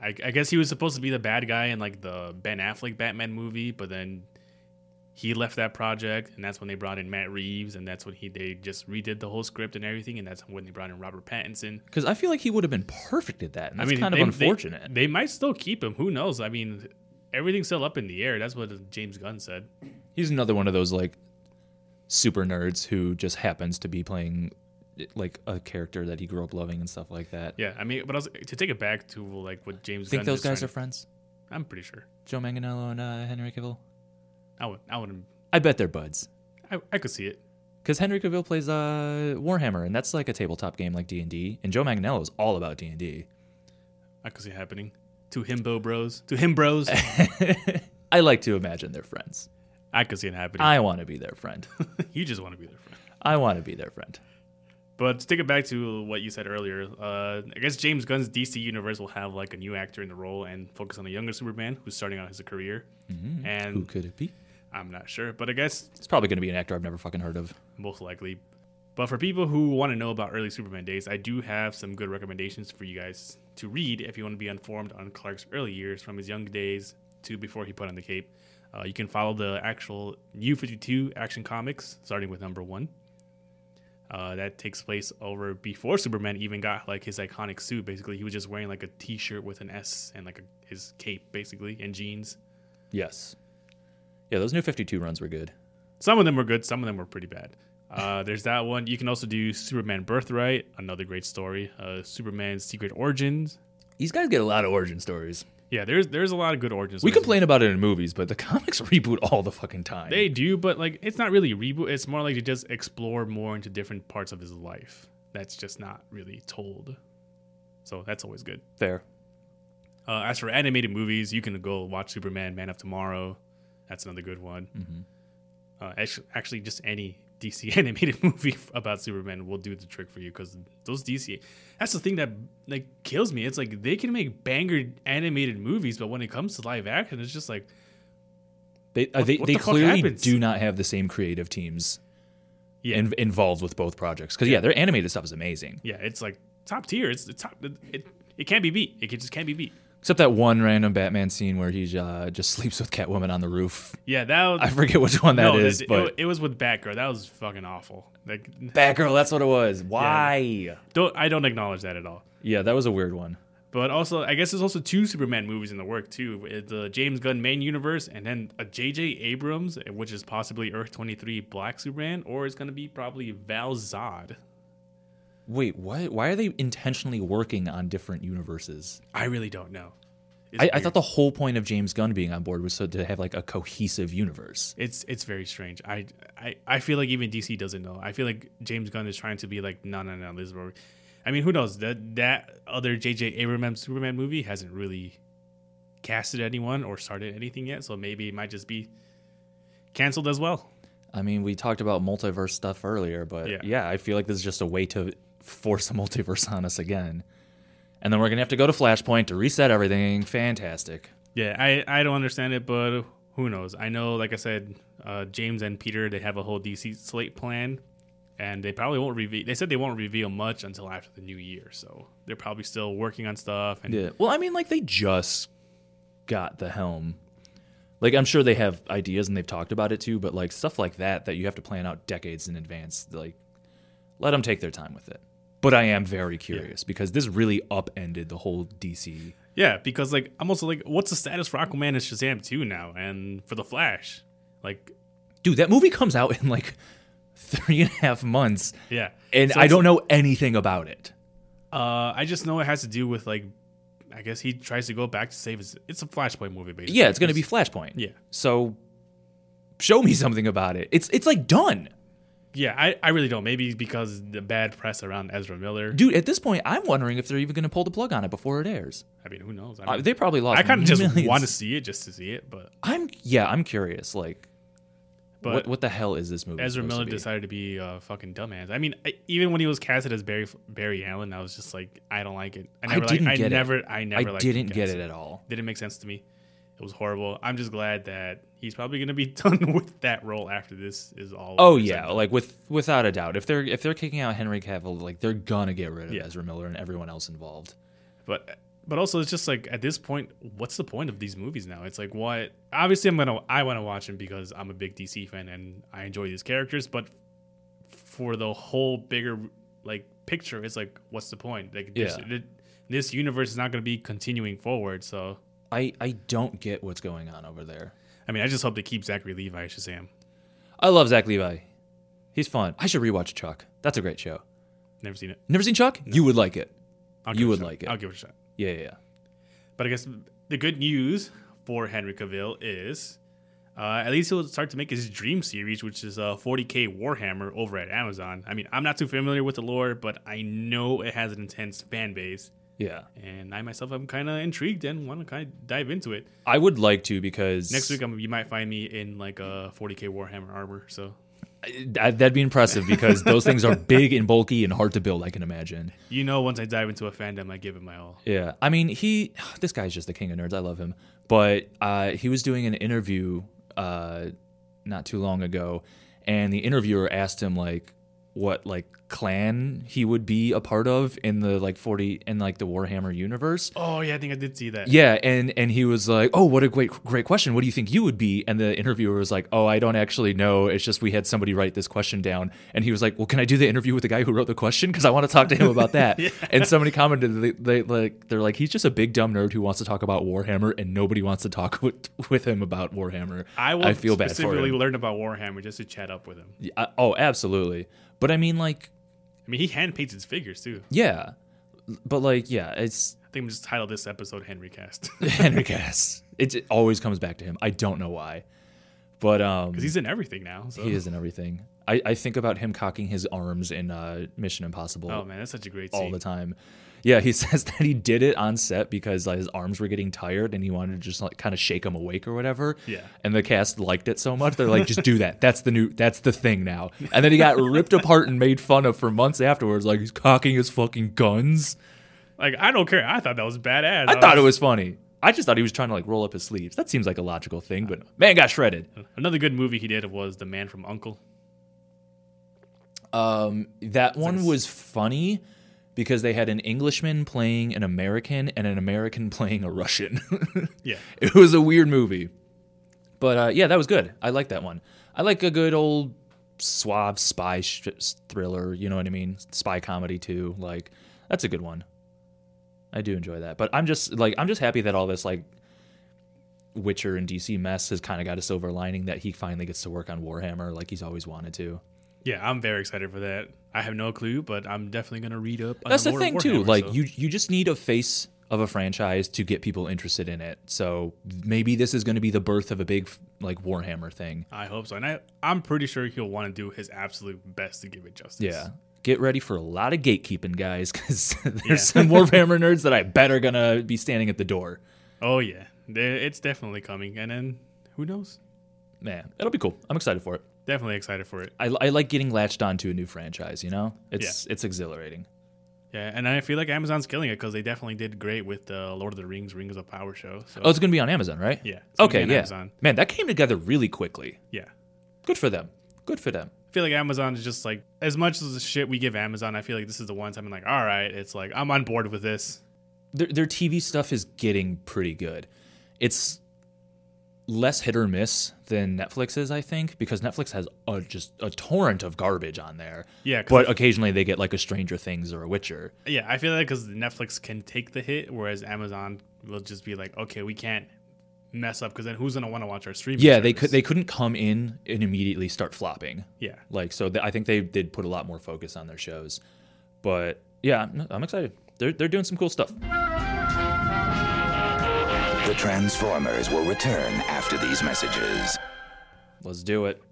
I, I guess he was supposed to be the bad guy in like the Ben Affleck Batman movie, but then he left that project, and that's when they brought in Matt Reeves, and that's when he they just redid the whole script and everything, and that's when they brought in Robert Pattinson. Because I feel like he would have been perfect at that. And that's I mean, kind they- of they- unfortunate. They, might still keep him. Who knows? I mean, everything's still up in the air. That's what James Gunn said. He's another one of those like super nerds who just happens to be playing like a character that he grew up loving and stuff like that. Yeah, I mean, but I was, to take it back to like what James Think Gunn those just guys signed- are friends? I'm pretty sure. Joe Manganiello and uh, Henry Cavill. I would. I would. I bet they're buds. I, I could see it. Because Henry Cavill plays uh, Warhammer, and that's like a tabletop game like D and D, and Joe Manganiello is all about D and D. I could see it happening. To himbo bros. To him bros. I like to imagine they're friends. I could see it happening. I want to be their friend. [laughs] you just want to be their friend. I want to be their friend. But to take it back to what you said earlier, uh, I guess James Gunn's DC universe will have like a new actor in the role and focus on a younger Superman who's starting out his career. And Who could it be? I'm not sure, but I guess It's probably going to be an actor I've never fucking heard of. most likely. But for people who want to know about early Superman days, I do have some good recommendations for you guys to read if you want to be informed on Clark's early years from his young days to before he put on the cape. Uh, you can follow the actual New 52 action comics, starting with number one. Uh, that takes place over before Superman even got like his iconic suit. Basically, he was just wearing like a T-shirt with an S and like a, his cape, basically, and jeans. Yes. Yeah, those new 52 runs were good. Some of them were good, some of them were pretty bad. Uh, there's that one. You can also do Superman Birthright, another great story. Uh, Superman's Secret Origins. These guys get a lot of origin stories. Yeah, there's there's a lot of good origins. We complain about it in movies, but the [laughs] comics reboot all the fucking time. They do, but like it's not really a reboot. It's more like to just explore more into different parts of his life. That's just not really told. So that's always good. Fair. Uh, as for animated movies, you can go watch Superman, Man of Tomorrow. That's another good one. Mm-hmm. Uh, actually, actually, just any DC [laughs] animated movie about Superman will do the trick for you because those DC. That's the thing that like kills me. It's like they can make banger animated movies, but when it comes to live action, it's just like They uh, they, what they the fuck clearly happens? do not have the same creative teams yeah, in, involved with both projects. Because yeah. their animated stuff is amazing. yeah. It's like top tier. It's the top. It, it can't be beat. It can, just can't be beat. Except that one random Batman scene where he uh, just [laughs] sleeps with Catwoman on the roof. Yeah, that. Was, I forget which one that no, is, it, it- but it was with Batgirl. That was fucking awful. Like, Batgirl, that's what it was. Why? don't I don't acknowledge that at all. Yeah, that was a weird one. But also, I guess there's also two Superman movies in the work too: It's the James Gunn main universe, and then a J.J. Abrams, which is possibly Earth 23 Black Superman, or it's gonna be probably Val Zod. Wait, what? Why are they intentionally working on different universes? I really don't know. It's I, I weird. thought the whole point of James Gunn being on board was so to have like a cohesive universe. it's it's very strange. I, I I feel like even DC doesn't know. I feel like James Gunn is trying to be like, no, no, no, this is where. we-" I mean, who knows that that other J.J. Abrams Superman movie hasn't really casted anyone or started anything yet, so maybe it might just be canceled as well. I mean, we talked about multiverse stuff earlier, but yeah. Yeah. I feel like this is just a way to force a [laughs] multiverse on us again. And then we're gonna have to go to Flashpoint to reset everything. Fantastic. Yeah, I, I don't understand it, but who knows? I know, like I said, uh, James and Peter they have a whole DC slate plan, and they probably won't reveal. They said they won't reveal much until after the new year, so they're probably still working on stuff. And Yeah. Well, I mean, like they just got the helm. Like I'm sure they have ideas and they've talked about it too, but like stuff like that that you have to plan out decades in advance. Like, let them take their time with it. But I am very curious because this really upended the whole DC. yeah, because like I'm also like, what's the status for Aquaman and Shazam two now, and for the Flash, like Dude, that movie comes out in like [laughs] three and a half months. yeah, and So I it's- don't know anything about it. Uh, I just know it has to do with like, I guess he tries to go back to save his. It's a Flashpoint movie, basically. Yeah, it's gonna be Flashpoint. Yeah. [laughs] So show me something about it. It's it's like done. yeah, I, I really don't. Maybe because the bad press around Ezra Miller. Dude, at this point, I'm wondering if they're even going to pull the plug on it before it airs. I mean, who knows? I, Uh, mean, they probably lost. I kind of just millions. want to see it just to see it, but I'm yeah, I'm curious. Like, But- what what the hell is this movie? Ezra supposed to Miller be? decided to be a fucking dumbass. I mean, I, even when he was casted as Barry Barry Allen, I was just like, I don't like it. I never like. didn't I get it. never. I never. I liked the didn't get cast. it at all. Didn't make sense to me. It was horrible. I'm just glad that he's probably gonna be [laughs] done with that role after this is all. Oh over. So yeah, like with without a doubt, if they're if they're kicking out Henry Cavill, like they're gonna get rid of Yeah. Ezra Miller and everyone else involved. but but also it's just like at this point what's the point of these movies now it's like what obviously i'm gonna i want to watch them because i'm a big dc fan and i enjoy these characters but for the whole bigger like picture it's like what's the point like this, Yeah. th- this universe is not gonna be continuing forward so I I don't get what's going on over there. i mean i just hope they keep zachary levi as shazam I love Zach Levi. He's fun. I should rewatch Chuck. That's a great show. never seen it Never seen Chuck? You would like it. I'll You give a would shot. like it. i'll give it a shot Yeah, yeah, yeah. But I guess the good news for Henry Cavill is uh, at least he'll start to make his dream series, which is uh, 40K Warhammer over at Amazon. I mean, I'm not too familiar with the lore, but I know it has an intense fan base. Yeah. And I myself am kind of intrigued and want to kind of dive into it. I would like to because Next week, I'm, you might find me in like a 40K Warhammer armor. So I- that'd be impressive because those things [laughs] are big and bulky and hard to build. I can imagine. you know, once I dive into a fandom, I give it my all. Yeah, I mean, he [sighs] this guy's just the king of nerds. I love him, but uh, he was doing an interview uh, not too long ago, and the interviewer asked him like what like clan he would be a part of in the like forty in like the Warhammer universe. Oh, yeah, I think I did see that. Yeah, and and he was like, "Oh, what a great great question. What do you think you would be?" And the interviewer was like, "Oh, I don't actually know. It's just we had somebody write this question down." And he was like, "Well, can I do the interview with the guy who wrote the question because I want to talk to him [laughs] about that?" And somebody commented they, they like they're like, "He's just a big dumb nerd who wants to talk about Warhammer and nobody wants to talk [laughs] with, with him about Warhammer." I will feel bad for specifically him. learn about Warhammer just to chat up with him. I- oh, absolutely. But I mean like, I mean, he hand paints his figures too. yeah. But like, yeah, it's [laughs] I think I'm just titled this episode Henry Cast. Henry Cass. It, it always comes back to him. I don't know why. But um Because he's in everything now. So. He is in everything. I, I think about him cocking his arms in uh, Mission Impossible Oh man, that's such a great all scene. the time. Yeah, he [laughs] says that he did it on set because like, his arms were getting tired and he wanted to just like kind of shake them awake or whatever. Yeah. And the cast liked it so much they're like, just do that. That's the new. That's the thing now. And then he got ripped apart and made fun of for months afterwards. Like he's cocking his fucking guns. Like I don't care. I thought that was badass. I thought it was funny. I just thought he was trying to like roll up his sleeves. That seems like a logical thing, but man got shredded. another good movie he did was The Man from Uncle. Um, that one s- was funny because they had an Englishman playing an American and an American [laughs] playing a Russian. Yeah, it was a weird movie, but uh, yeah, that was good. I like that one. I like a good old suave spy sh- thriller. You know what I mean? Spy comedy too. Like that's a good one. I do enjoy that, but I'm just like I'm just happy that all this like Witcher and DC mess has kind of got a silver lining that he finally gets to work on Warhammer like he's always wanted to. yeah. I'm very excited for that. I have no clue, but I'm definitely gonna read up. on That's the lore of thing too. Warhammer, Like so- you, you just need a face of a franchise to get people interested in it. So maybe this is going to be the birth of a big like Warhammer thing. I hope so, and I I'm pretty sure he'll want to do his absolute best to give it justice. Yeah. Get ready for a lot of gatekeeping, guys, [laughs] because there's Yeah. some Warhammer nerds that I bet are gonna be standing at the door. Oh yeah, There- it's definitely coming, and then who knows? Man, it'll be cool. I'm excited for it. Definitely excited for it. I, I like getting latched onto a new franchise. You know, it's it's exhilarating. Yeah, and I feel like Amazon's killing it because they definitely did great with the Lord of the Rings Rings of Power show. So Oh, it's gonna be on Amazon, right? Yeah, it's gonna be Okay. on Yeah. Amazon. Man, that came together really quickly. yeah. Good for them. Good for them. I feel like Amazon is just like as much as the shit we give Amazon. I feel like this is the one time I'm like, all right, it's like I'm on board with this. their, their TV stuff is getting pretty good. It's less hit or miss than Netflix's, I think, because Netflix has a, just a torrent of garbage on there. Yeah, 'cause- But occasionally they get like a Stranger Things or a Witcher. Yeah, I feel like because Netflix can take the hit, whereas Amazon will just be like, okay, we can't mess up because then who's gonna want to watch our streaming? Yeah, they could service? they couldn't come in and immediately start flopping. Yeah, Like so, th- I think they did put a lot more focus on their shows. But yeah, I'm, I'm excited. They're they're doing some cool stuff. The Transformers will return after these messages. Let's do it.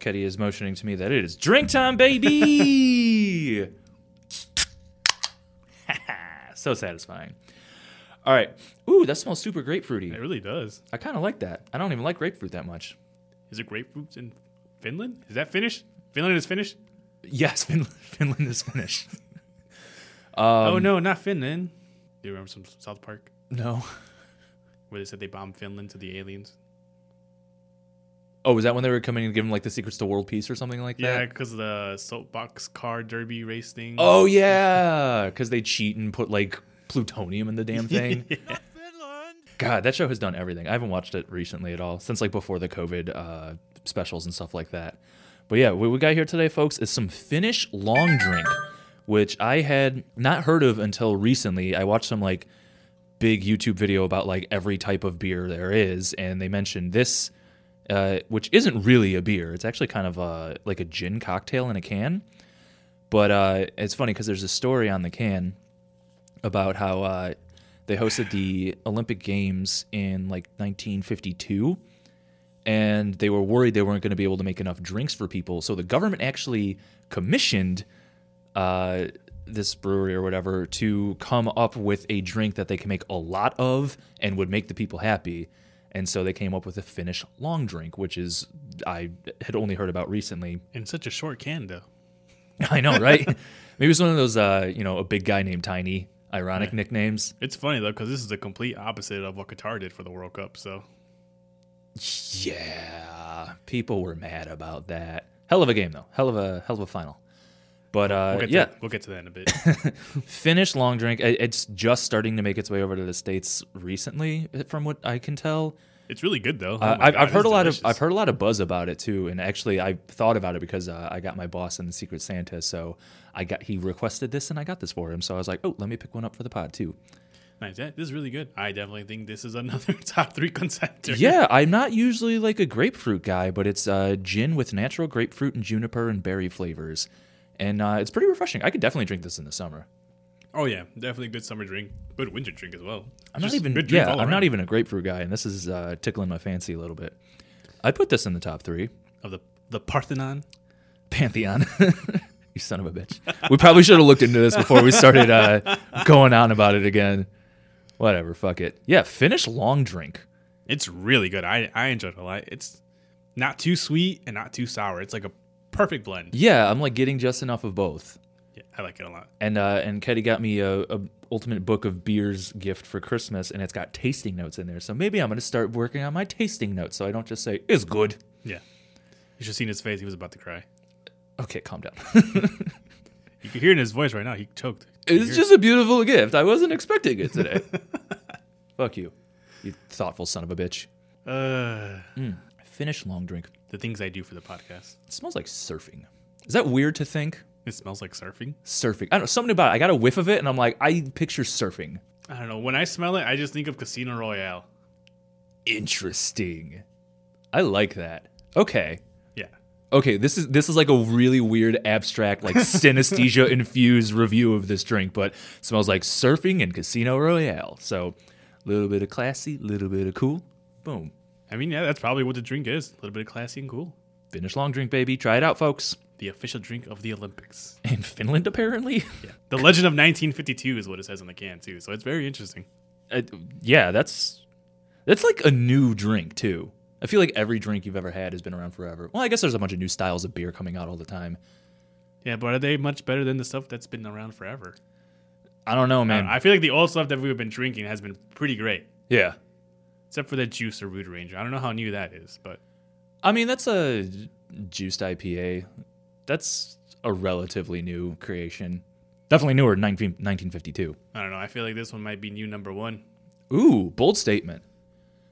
Ketty is motioning to me that it is drink time, baby. [laughs] so satisfying. All right. Ooh, that smells super grapefruity. It really does. I kind of like that. I don't even like grapefruit that much. Is it grapefruits in Finland? Is that Finnish? Finland is Finnish? Yes, [laughs] Finland, Finland is Finnish. oh Um, no, not Finland. Do you remember some South Park No. where they said they bombed Finland to the aliens? Oh, was that when they were coming and giving like the secrets to world peace or something like Yeah, that? because of the soapbox car derby race thing. Oh yeah, because they cheat and put like plutonium in the damn thing. Finland! God, that show has done everything. I haven't watched it recently at all since like before the COVID uh, specials and stuff like that. But yeah, what we got here today, folks, is some Finnish long drink, which I had not heard of until recently. I watched some like big YouTube video about like every type of beer there is, and they mentioned this, uh, which isn't really a beer. It's actually kind of a, like a gin cocktail in a can. But uh, it's funny because there's a story on the can about how uh, they hosted the Olympic Games in like 1952, and they were worried they weren't going to be able to make enough drinks for people. So the government actually commissioned uh, this brewery or whatever to come up with a drink that they can make a lot of and would make the people happy. And so they came up with a Finnish long drink, which is I had only heard about recently. in such a short can though. [laughs] I know, right? Maybe it's one of those, uh, you know, a big guy named Tiny, ironic nicknames. It's funny though because this is the complete opposite of what Qatar did for the World Cup. So Yeah, people were mad about that. Hell of a game though. Hell of a hell of a final. But uh, we'll get yeah, to, we'll get to that in a [laughs] bit. Finnish long drink. it- It's just starting to make its way over to the states recently, eh, from what I can tell. it's really good though. Oh Uh, my God, I've, I've it's heard a lot delicious. of I've heard a lot of buzz about it too, and actually I thought about it because uh, I got my boss in the Secret Santa, so I got he requested this and I got this for him, so I was like, oh, let me pick one up for the pod too. Nice. Yeah, this is really good. I definitely think this is another [laughs] top three consenter. Yeah, I'm not usually like a grapefruit guy, but it's uh, gin with natural grapefruit and juniper and berry flavors. And uh, it's pretty refreshing. I could definitely drink this in the summer. Oh yeah, definitely a good summer drink, good winter drink as well. I'm Just not even good drink yeah, all I'm not around. even a grapefruit guy, and this is uh, tickling my fancy a little bit. I put this in the top three. [laughs] of the the Parthenon. Pantheon. [laughs] you son of a bitch. We probably should have looked into this before we started uh, going on about it again. Whatever, fuck it. Yeah, Finnish long drink. It's really good. I I enjoyed it a lot. It's not too sweet and not too sour. It's like a perfect blend. Yeah, I'm like getting just enough of both. Yeah, I like it a lot. and uh, and Ketty got me a, a ultimate book of beers gift for Christmas, and it's got tasting notes in there. So maybe I'm gonna start working on my tasting notes, so I don't just say it's good. Yeah, you should have seen his face. He was about to cry. Okay, calm down. [laughs] You could hear it in his voice right now. He choked. it's just a beautiful gift. I wasn't expecting it today. [laughs] Fuck you, you thoughtful son of a bitch. Uh, Finish long drink. the things I do for the podcast. It smells like surfing. Is that weird to think? It smells like surfing. Surfing. I don't know something about it. I got a whiff of it, and I'm like, I picture surfing. I don't know. When I smell it, I just think of Casino Royale. Interesting. I like that. Okay. Yeah. Okay, this is this is like a really weird abstract, like synesthesia infused review of this drink, but smells like surfing and Casino Royale. So, a little bit of classy, a little bit of cool. Boom, I mean, yeah, that's probably what the drink is. A little bit of classy and cool. Finnish long drink, baby. Try it out, folks. The official drink of the Olympics. In Finland, apparently. [laughs] Yeah. The Legend of 1952 is what it says on the can too. So it's very interesting. Uh, yeah, that's that's like a new drink too. I feel like every drink you've ever had has been around forever. Well, I guess there's a bunch of new styles of beer coming out all the time. Yeah, but are they much better than the stuff that's been around forever? I don't know, man. Uh, I feel like the old stuff that we've been drinking has been pretty great, yeah, except for that juice or Root Ranger. I don't know how new that is, but I mean, that's a juiced IPA. That's a relatively new creation. Definitely newer than 19, 1952. I don't know. I feel like this one might be new number one. Ooh, bold statement.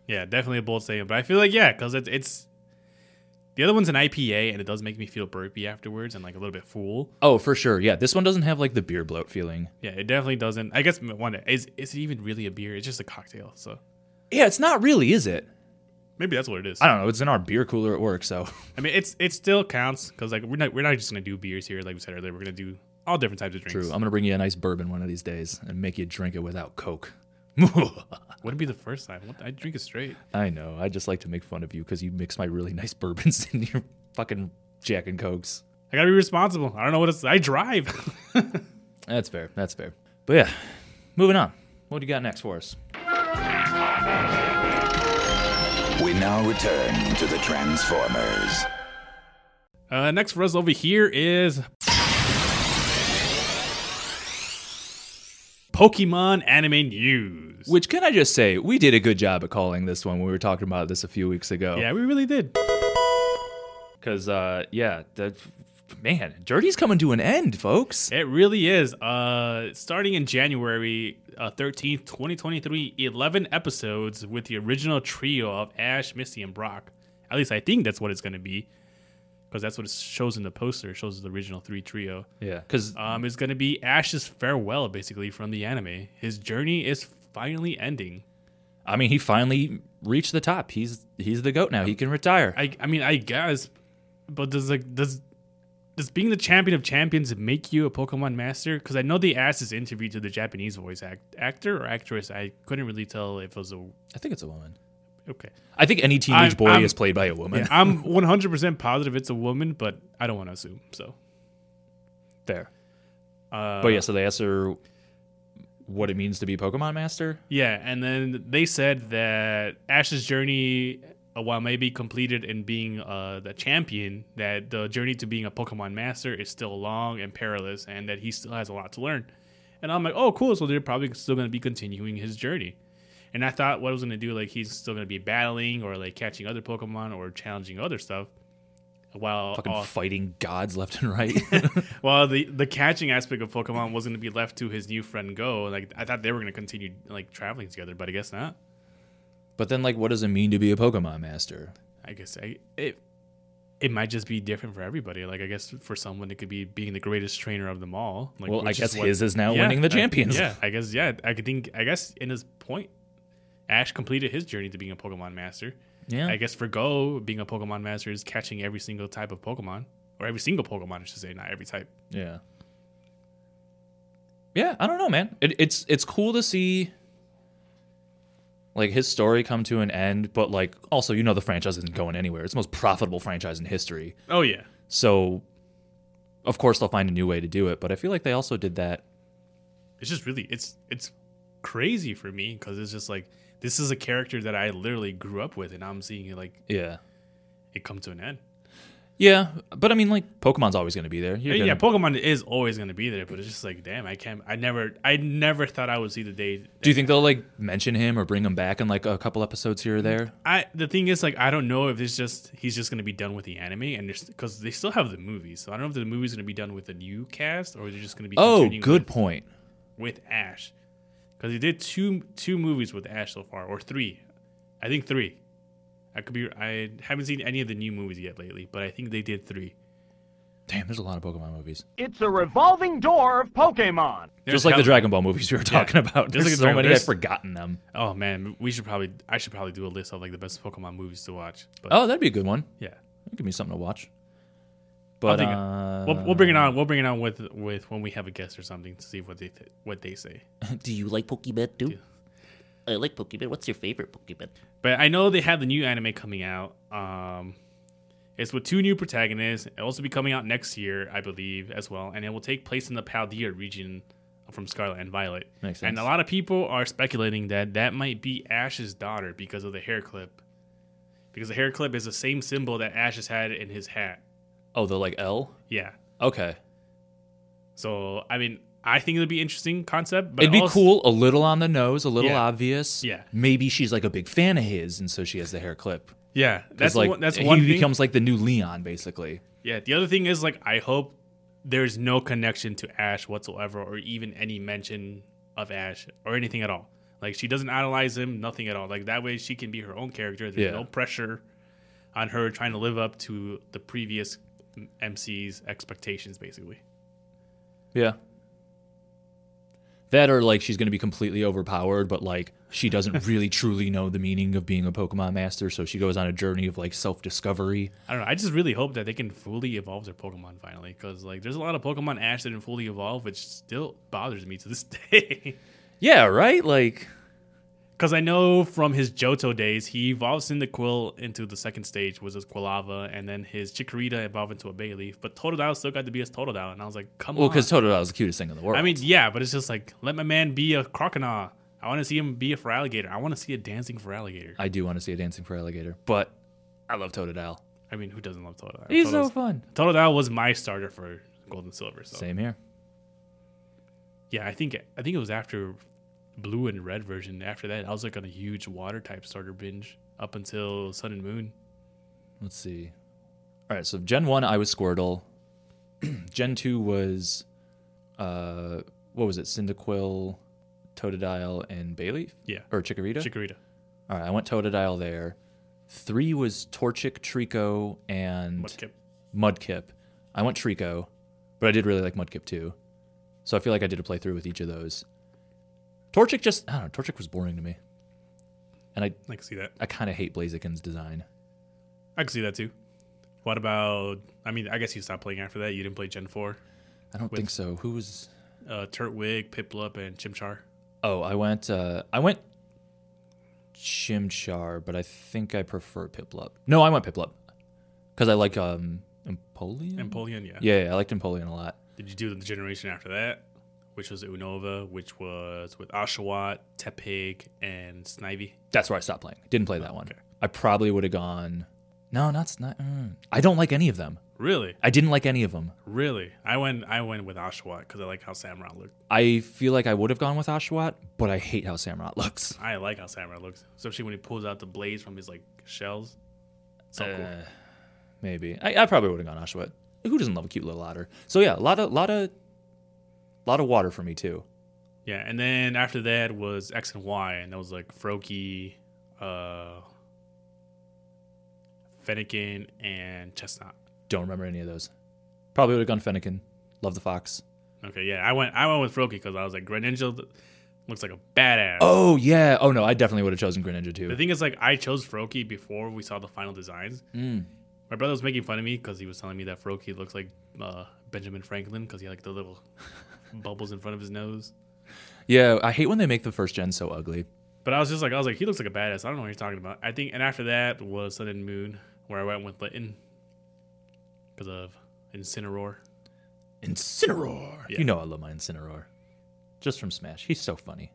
Yeah, definitely a bold statement. But I feel like yeah, because it's it's the other one's an IPA and it does make me feel burpy afterwards and like a little bit full. Oh, for sure. Yeah, this one doesn't have like the beer bloat feeling. Yeah, it definitely doesn't. I guess one is is it even really a beer? It's just a cocktail. So Yeah, it's not really, is it? maybe that's what it is. I don't know. It's in our beer cooler at work, so [laughs] I mean, it's it still counts because like we're not we're not just gonna do beers here. Like we said earlier, we're gonna do all different types of drinks. true. I'm gonna bring you a nice bourbon one of these days and make you drink it without Coke. [laughs] Wouldn't be the first time. What, I drink it straight. I know. I just like to make fun of you because you mix my really nice bourbons [laughs] in your fucking Jack and Cokes. I gotta be responsible. I don't know what it's. I drive. That's fair. That's fair. But yeah, moving on. What do you got next for us? We now return to the Transformers. uh, next for us over here is Pokemon anime news. Which can I just say, we did a good job at calling this one when we were talking about this a few weeks ago. yeah, we really did. Because uh, yeah, the, man, Dirty's coming to an end, folks. It really is. Uh, starting in January uh, thirteenth, twenty twenty three, eleven episodes with the original trio of Ash, Misty, and Brock. At least I think that's what it's going to be, because that's what it shows in the poster. It shows the original three trio. Yeah. Because Um, it's going to be Ash's farewell, basically from the anime. His journey is finally ending. I mean, he finally reached the top. He's he's the goat now. He can retire. I, I mean, I guess, but does like does does being the champion of champions make you a Pokemon master? Because I know they asked this interview to the Japanese voice act, actor or actress. I couldn't really tell if it was a I think it's a woman. okay. I think any teenage I'm- boy I'm- is played by a woman. I'm 100 percent positive it's a woman, but I don't want to assume. So There. Uh, but yeah, so they asked her what it means to be Pokemon Master. Yeah, and then they said that Ash's journey, uh, while maybe completed in being uh, the champion, that the journey to being a Pokemon master is still long and perilous, and that he still has a lot to learn. And I'm like, oh, cool. So they're probably still going to be continuing his journey. And I thought what I was going to do, like he's still going to be battling or like catching other Pokemon or challenging other stuff. While Fucking all- fighting gods left and right. [laughs] well, the the catching aspect of Pokemon was going to be left to his new friend Go. Like I thought they were going to continue like traveling together, but I guess not. but then, like, what does it mean to be a Pokemon Master? I guess I, it it might just be different for everybody. Like I guess for someone it could be being the greatest trainer of them all. Like, Well, I which guess what- his is now winning the I- champions. yeah, I guess yeah. I could think. I guess in his point, Ash completed his journey to being a Pokemon master. Yeah. I guess for Go, being a Pokemon master is catching every single type of Pokemon, or every single Pokemon, I should say, not every type. Yeah. Yeah, I don't know, man. It, it's it's cool to see like his story come to an end, but like also you know the franchise isn't going anywhere. It's the most profitable franchise in history. Oh yeah, So of course they'll find a new way to do it, but I feel like they also did that. it's just really it's it's crazy for me because it's just like this is a character that I literally grew up with, and I'm seeing it like Yeah. it come to an end. Yeah, but I mean like Pokemon's always going to be there. You're Yeah, gonna- yeah, Pokemon is always gonna be there, but it's just like, damn, I can't. I never, I never thought I would see the day. do you think they'll like mention him or bring him back in like a couple episodes here or there? I the thing is, like, I don't know if it's just he's just gonna be done with the anime, and because they still have the movie, so I don't know if the movie's gonna be done with the new cast or they're just gonna be. Oh, continuing good with, point. with Ash, because he did two two movies with Ash so far, or three, I think three. I could be. I haven't seen any of the new movies yet lately, but I think they did three. Damn, there's a lot of Pokemon movies. It's a revolving door of Pokemon. There's Just like the hell- Dragon Ball movies we were talking Just about. There's like the so Dragon- many I've there's- forgotten them. Oh man, we should probably. I should probably do a list of like the best Pokemon movies to watch. But Oh, that'd be a good one. yeah. Give me something to watch. But think- uh, [laughs] We'll, we'll bring it on. We'll bring it on with with when we have a guest or something to see what they th- what they say. Do you like Pokemon too? I like Pokemon. What's your favorite Pokemon? But I know they have the new anime coming out. Um, it's with two new protagonists. It'll also be coming out next year, I believe, as well. And it will take place in the Paldea region from Scarlet and Violet. Makes And a sense. lot of people are speculating that that might be Ash's daughter because of the hair clip. Because the hair clip is the same symbol that Ash has had in his hat. oh, the like L. Yeah. Okay, So I mean, I think it'd be interesting concept. But it'd be also- cool. A little on the nose, a little Yeah. obvious. Yeah. maybe she's like a big fan of his, and so she has the hair clip. Yeah, 'Cause, that's like one, that's he one thing. becomes like the new Leon, basically. Yeah, the other thing is like I hope there's no connection to Ash whatsoever, or even any mention of Ash or anything at all. Like she doesn't analyze him, nothing at all. Like that way she can be her own character. There's Yeah. no pressure on her trying to live up to the previous MC's expectations, basically. Yeah. That or like she's gonna be completely overpowered, but like she [laughs] doesn't really truly know the meaning of being a Pokemon master, so she goes on a journey of like self discovery. I don't know. I just really hope that they can fully evolve their Pokemon finally, because like there's a lot of Pokemon Ash that didn't fully evolve, which still bothers me to this [laughs] day. Yeah, right. Like Because I know from his Johto days, he evolves into Quill into the second stage, which is Quilava, and then his Chikorita evolved into a Bay Leaf. But Totodile still got to be his Totodile, and I was like, come Well, on. because Totodile is the cutest thing in the world. uh, I mean, yeah, but it's just like, let my man be a Croconaw. I want to see him be a for alligator. I want to see a dancing for alligator. I do want to see a dancing for alligator, but I love Totodile. I mean, who doesn't love Totodile? He's so Totodile's- fun. Totodile was my starter for Gold and Silver. So Same here. yeah, I think I think it was after Blue and Red version. After that, I was like on a huge water type starter binge up until Sun and Moon. Let's see. All right, so Gen one, I was Squirtle. [clears throat] Gen two was, uh, what was it? Cyndaquil, Totodile, and Bayleaf. Yeah. or Chikorita. Chikorita. All right, I went Totodile there. Three was Torchic, Trico, and Mudkip. Mudkip. I went Trico, but I did really like Mudkip too. So I feel like I did a playthrough with each of those. Torchic just, I don't know, Torchic was boring to me. And I, I can see that. I kind of hate Blaziken's design. I can see that too. What about? I mean, I guess you stopped playing after that. You didn't play Gen Four. I don't think so. Who was. Uh, Turtwig, Piplup, and Chimchar. Oh, I went, uh, I went Chimchar, but I think I prefer Piplup. No, I went Piplup. Because I like, um, Empoleon? Empoleon, yeah. Mm-hmm. yeah, yeah, I liked Empoleon a lot. Did you do the generation after that, which was Unova, which was with Oshawott, Tepig, and Snivy? That's where I stopped playing. Didn't play that one. I probably would have gone. No, not not. Mm. I don't like any of them. Really, I didn't like any of them. really. I went, I went with Oshawott because I like how Samurott looked. I feel like I would have gone with Oshawott, but I hate how Samurott looks. I like how Samurott looks, especially when he pulls out the blades from his like shells. So cool. Uh, maybe I, I probably would have gone Oshawott. Who doesn't love a cute little otter? So yeah, a lot of lot of lot of water for me too. Yeah, and then after that was X and Y, and that was like Froakie, uh, Fennekin, and Chestnut. Don't remember any of those. Probably would have gone Fennekin. Love the fox. Okay, yeah, I went, I went with Froakie because I was like Greninja th- looks like a badass. Oh yeah. Oh no, I definitely would have chosen Greninja The too. thing is, like, I chose Froakie before we saw the final designs. Mm. My brother was making fun of me because he was telling me that Froakie looks like uh, Benjamin Franklin because he had like the little [laughs] bubbles in front of his nose. Yeah, I hate when they make the first gen so ugly. But I was just like, I was like, he looks like a badass. I don't know what you're talking about. I think, and after that was Sun and Moon, where I went with Litten because of Incineroar. Incineroar. Yeah. You know I love my Incineroar. Just from Smash. He's so funny.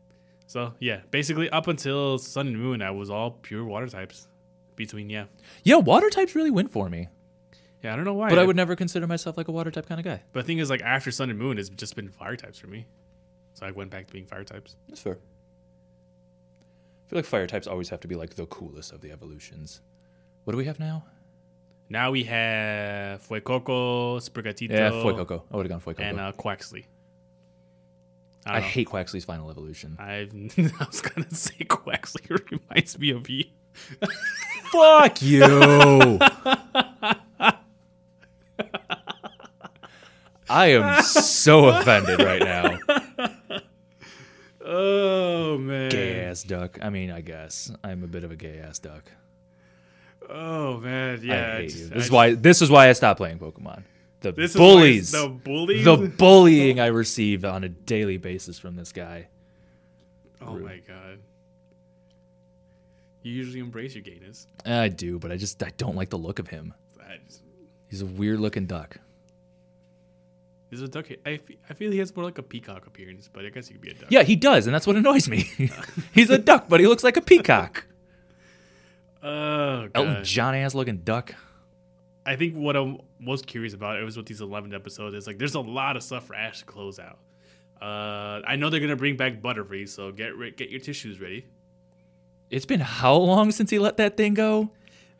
So yeah, basically up until Sun and Moon, I was all pure water types. Between yeah, Yeah, water types really went for me. yeah, I don't know why. But I would never consider myself like a water type kind of guy. But the thing is, like after Sun and Moon, it's just been fire types for me. So I went back to being fire types. That's fair. I feel like fire types always have to be like the coolest of the evolutions. What do we have now? Now we have Fuecoco, Sprigatito, Yeah, Fuecoco. uh, I would have gone Fuecoco. and uh, Quaxley. I, hate Quaxley's final [laughs] evolution. I, don't know. I've- I was gonna say [laughs] Quaxley reminds me of you. [laughs] Fuck you! I am so offended [laughs] right now. Oh man. Gay ass duck. I mean, I guess I'm a bit of a gay ass duck. Oh man. Yeah. I hate just- you. This I- is why. This is why I stopped playing Pokemon. The this is why bullies. The bullies. the bullying I receive on a daily basis from this guy. oh my god. You usually embrace your gayness. Eh, I do, but I just I don't like the look of him. I just, He's a weird looking duck. he's a duck. I, fe- I feel he has more like a peacock appearance, but I guess he could be a duck. Yeah, he does, and that's what annoys me. [laughs] He's a duck, but he looks like a peacock. Oh Elton god. John ass looking duck. I think what I'm most curious about it was with these 11 episodes. It's like there's a lot of stuff for Ash to close out. Uh, I know they're gonna bring back Butterfree, so get re- get your tissues ready. It's been how long since he let that thing go?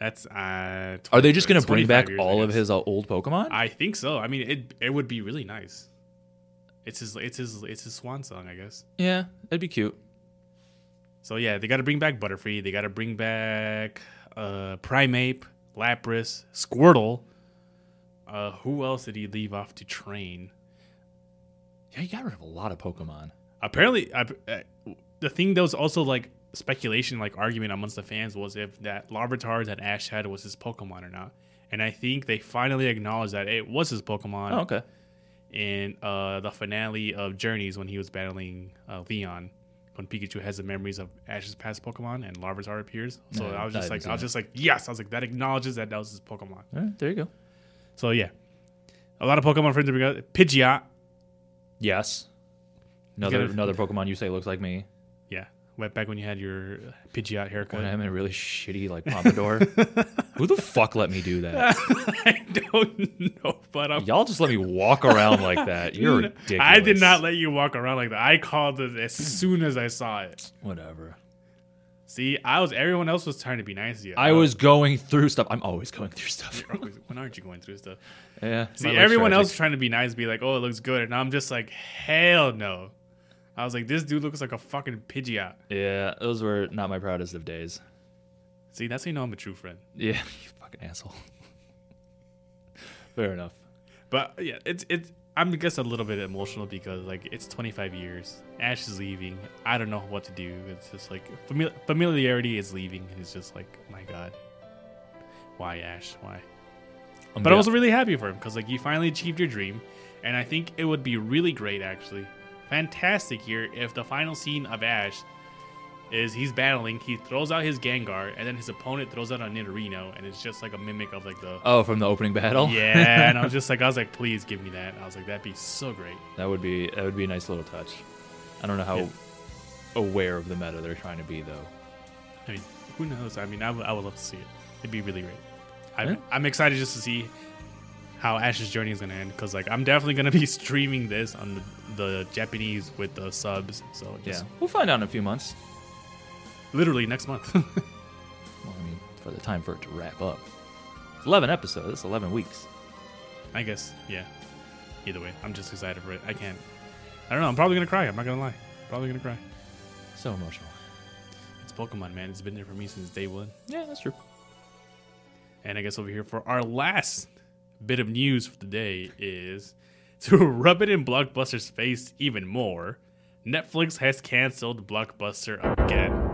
That's uh. Are they just 20 gonna bring 25 back years, I all of guess. his uh, old Pokemon? I think so. I mean, it it would be really nice. It's his it's his it's his swan song, I guess. yeah, that'd be cute. So yeah, they got to bring back Butterfree. They got to bring back uh, Primeape, Lapras, Squirtle. Uh, who else did he leave off to train? Yeah, he got rid of a lot of Pokemon. Apparently, I, uh, the thing that was also like speculation, like argument amongst the fans, was if that Larvitar that Ash had was his Pokemon or not. And I think they finally acknowledged that it was his Pokemon. Oh, okay. in uh, the finale of Journeys when he was battling uh, Leon, when Pikachu has the memories of Ash's past Pokemon and Larvitar appears. So Yeah, I was just I haven't like, seen I was it. just like, yes. I was like, that acknowledges that that was his Pokemon. All right, there you go. So yeah, a lot of Pokemon friends. we got Pidgeot. Yes. Another Gonna- another Pokemon you say looks like me. Yeah, went back when you had your uh, Pidgeot haircut. When I'm in a really shitty like pompadour. Who the fuck let me do that? [laughs] I don't know, but I'm. Y'all just let me walk around like [laughs] that. You're ridiculous. Hmm. I did not let you walk around like that. I called it as soon as I saw it. Whatever. See, I was. Everyone else was trying to be nice to you. I was going through stuff. I'm always going through stuff. When aren't you going through stuff? yeah. See, everyone else is trying to be nice, be like, "Oh, it looks good," and I'm just like, "Hell no!" I was like, "This dude looks like a fucking Pidgeot." Yeah, those were not my proudest of days. See, that's how you know I'm a true friend. Yeah, [laughs] you fucking asshole. Fair enough. But yeah, it's it's. I'm I guess a little bit emotional because like it's 25 years. Ash is leaving. I don't know what to do. It's just like famili- familiarity is leaving. It's just like my god, why Ash? Why? I'm But I gonna- was really happy for him because like you finally achieved your dream, and I think it would be really great actually, fantastic here if the final scene of Ash is he's battling, he throws out his Gengar, and then his opponent throws out a Nidorino, and it's just like a mimic of like the Oh, from the opening battle. yeah, and I was just like I was like please give me that. I was like that'd be so great. That would be that would be a nice little touch. I don't know how Yeah. aware of the meta they're trying to be though. I mean, who knows? I mean, I would I would love to see it. It'd be really great. I'm, Yeah. I'm excited just to see how Ash's journey is gonna end because like I'm definitely gonna [laughs] be streaming this on the, the Japanese with the subs. So Yeah, just we'll find out in a few months. literally next month. [laughs] Well, I mean, for the time for it to wrap up. It's 11 episodes. It's 11 weeks. I guess. Yeah. Either way, I'm just excited for it. I can't. I don't know. I'm probably gonna cry. I'm not gonna lie. Probably gonna cry. So emotional. It's Pokemon, man. It's been there for me since day one. Yeah, that's true. And I guess over here for our last bit of news for the day is [laughs] to rub it in Blockbuster's face even more. Netflix has canceled Blockbuster again.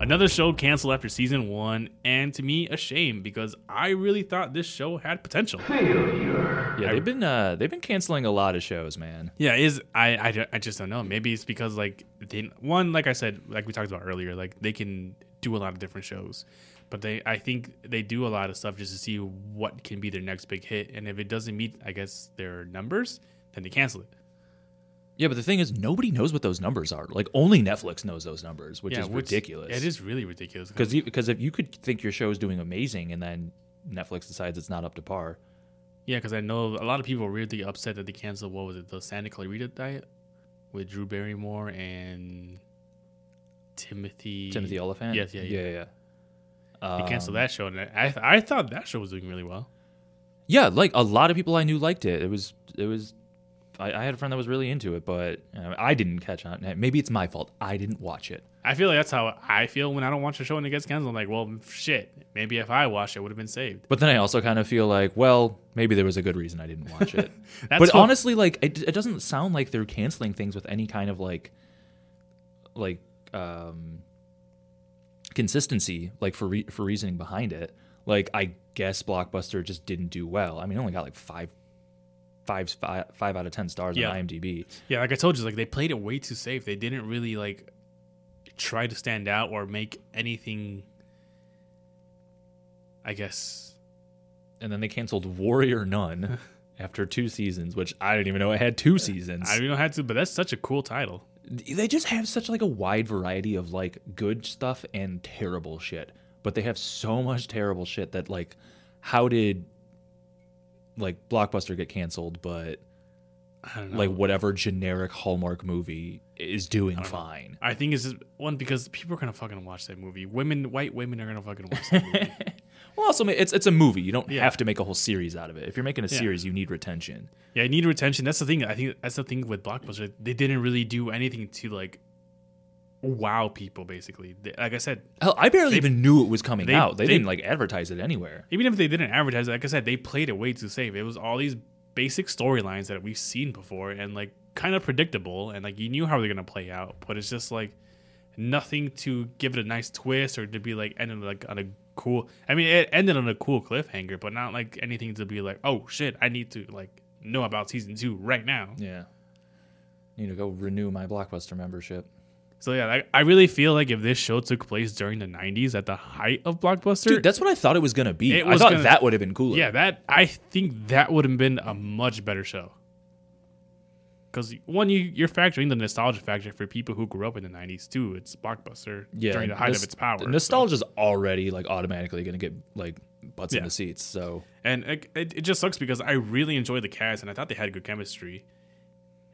Another show canceled after season one, and to me, a shame because I really thought this show had potential. Yeah, they've been uh, they've been canceling a lot of shows, man. Yeah, it is I, I don't- I just don't know. Maybe it's because like they one like I said like we talked about earlier like they can do a lot of different shows, but they I think they do a lot of stuff just to see what can be their next big hit, and if it doesn't meet I guess their numbers, then they cancel it. Yeah, but the thing is, nobody knows what those numbers are. Like only Netflix knows those numbers, which yeah, is ridiculous. It is really ridiculous. because because if you could think your show is doing amazing and then Netflix decides it's not up to par. yeah, because I know a lot of people were really upset that they canceled what was it the Santa Clarita Diet with Drew Barrymore and Timothy Timothy Oliphant. Yes, yeah, yeah. yeah, yeah. yeah. um, They canceled that show, and I I thought that show was doing really well. Yeah, like a lot of people I knew liked it. It was it was I, I had a friend that was really into it, but uh, I didn't catch on. Maybe it's my fault. I didn't watch it. I feel like that's how I feel when I don't watch a show and it gets canceled. I'm like, well, shit. Maybe if I watched, it would have been saved. But then I also kind of feel like, well, maybe there was a good reason I didn't [laughs] watch it. but That's what- honestly, like it, it doesn't sound like they're canceling things with any kind of like like um consistency, like for re- for reasoning behind it. Like I guess Blockbuster just didn't do well. I mean, it only got like five five five, five out of 10 stars Yeah. on IMDb. Yeah, like I told you, like they played it way too safe. They didn't really like try to stand out or make anything. I guess. and then they canceled Warrior Nun [laughs] after two seasons, which I didn't even know it had two seasons. I don't have to, but that's such a cool title. they just have such like a wide variety of like good stuff and terrible shit, but they have so much terrible shit that like, how did like Blockbuster get canceled, but I don't know. like whatever generic Hallmark movie is doing fine. I think it's just one because people are gonna fucking watch that movie. Women, white women are gonna fucking watch [laughs] that movie. Well, also ma- it's it's a movie. You don't Yeah. have to make a whole series out of it. If you're making a series, you need retention. Yeah, I need retention. That's the thing. I think that's the thing with Blockbuster. They didn't really do anything to like wow people. Basically, They- like I said, Hell, I barely even knew it was coming they- out. They, they- didn't like advertise it anywhere. even if they didn't advertise, it, like I said, they played it way too safe. It was all these basic storylines that we've seen before and like kind of predictable and like you knew how they're gonna play out, but it's just like nothing to give it a nice twist or to be like ended like on a cool. I mean, it ended on a cool cliffhanger, but not like anything to be like, oh shit, I need to like know about season two right now. Yeah. Need to go renew my Blockbuster membership. So yeah, like, I really feel like if this show took place during the '90s, at the height of blockbuster, Dude, that's what I thought it was gonna be. It I was thought gonna- that would have been cooler. yeah, that I think that would have been a much better show. Because one, you you're factoring the nostalgia factor for people who grew up in the '90s too. It's blockbuster yeah. during the height nos- of its power. so- Nostalgia's already like automatically gonna get like butts in Yeah. the seats. So and it, it, it just sucks because I really enjoyed the cast and I thought they had good chemistry.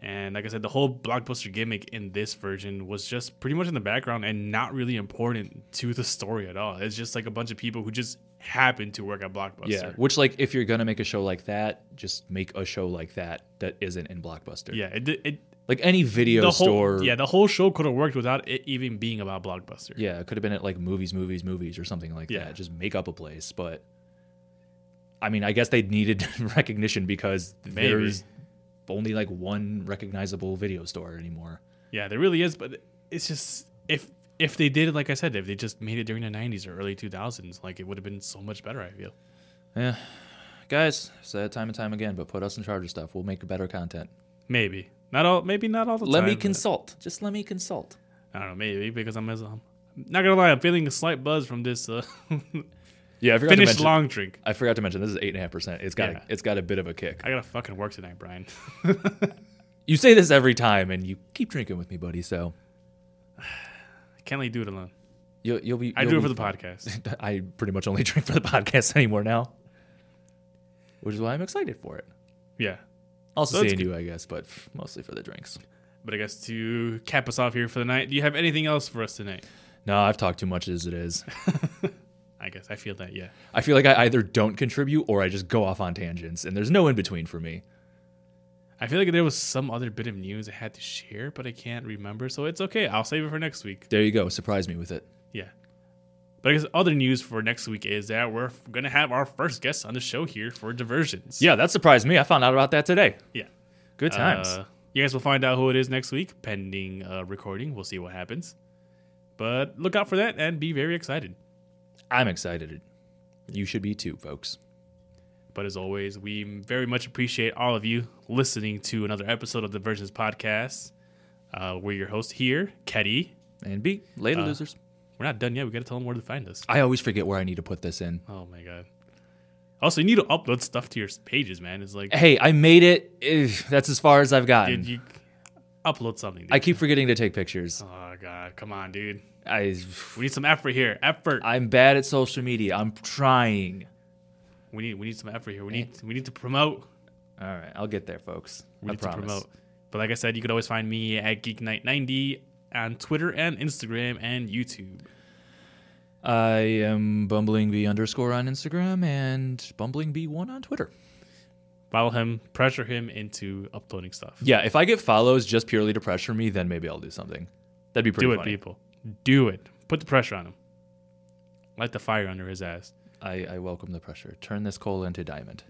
And like I said, the whole blockbuster gimmick in this version was just pretty much in the background and not really important to the story at all. It's just like a bunch of people who just happen to work at Blockbuster. yeah, which like if you're gonna make a show like that, just make a show like that that isn't in Blockbuster. yeah. It, di- it like any video the whole store. yeah the whole show could have worked without it even being about Blockbuster. Yeah, it could have been at like movies, movies, movies, or something like Yeah. that. Just make up a place. But I mean, I guess they needed [laughs] recognition because Maybe. there's only like one recognizable video store anymore. Yeah, there really is, but it's just if if they did it, like I said, if they just made it during the '90s or early 2000s, like it would have been so much better. I feel. Guys, said it time and time again, but put us in charge of stuff. We'll make better content. Maybe not all. Maybe not all the Let time. me but- consult. Just let me consult. I don't know. Maybe because I'm, I'm not gonna lie. I'm feeling a slight buzz from this uh, [laughs] Yeah, I forgot to finished mention. long drink. I forgot to mention this is eight and a half percent. It's got Yeah. it's got a bit of a kick. I gotta fucking work tonight, Brian. [laughs] You say this every time, and you keep drinking with me, buddy. So I can't really do it alone. you'll, you'll be. I you'll do it be for the fine. podcast. [laughs] I pretty much only drink for the podcast anymore now, which is why I'm excited for it. Yeah, Also So it's seeing you, I guess, but f- mostly for the drinks. but I guess to cap us off here for the night, do you have anything else for us tonight? No, I've talked too much as it is. I guess I feel that. Yeah. I feel like I either don't contribute or I just go off on tangents, and there's no in between for me. I feel like there was some other bit of news I had to share, but I can't remember. So it's okay. I'll save it for next week. There you go. Surprise me with it. Yeah. But I guess other news for next week is that we're f- gonna have our first guest on the show here for diversions. Yeah, that surprised me. I found out about that today. Yeah. Good times. Uh, you guys will find out who it is next week, pending uh, recording. We'll see what happens. But look out for that and be very excited. I'm excited. You should be too, folks. But as always, we very much appreciate all of you listening to another episode of the Versions Podcast. Uh, we're your host here, Keddy. And be later, losers. We're not done yet. We got to tell them where to find us. Uh, I always forget where I need to put this in. Oh my god. Also, you need to upload stuff to your pages, man. It's like Hey, I made it. Ugh, That's as far as I've gotten. dude, you upload something. Dude. I keep forgetting to take pictures. oh god, come on, dude. I, We need some effort here. Effort. I'm bad at social media. I'm trying. we need we need some effort here. We need we need to promote. All right, I'll get there, folks. we I need promise. to promote. But like I said, you could always find me at GeekNight90 on Twitter and Instagram and YouTube. I am bumblingb underscore on Instagram and bumblingb1 on Twitter. Follow him, pressure him into uploading stuff. Yeah, if I get follows just purely to pressure me, then maybe I'll do something. That'd be pretty Do it, funny. people. Do it. Put the pressure on him. Light the fire under his ass. I, I welcome the pressure. Turn this coal into diamond.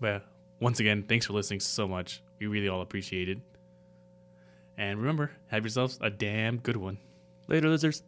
But once again, thanks for listening so much. We really all appreciate it. And remember, have yourselves a damn good one. Later, losers.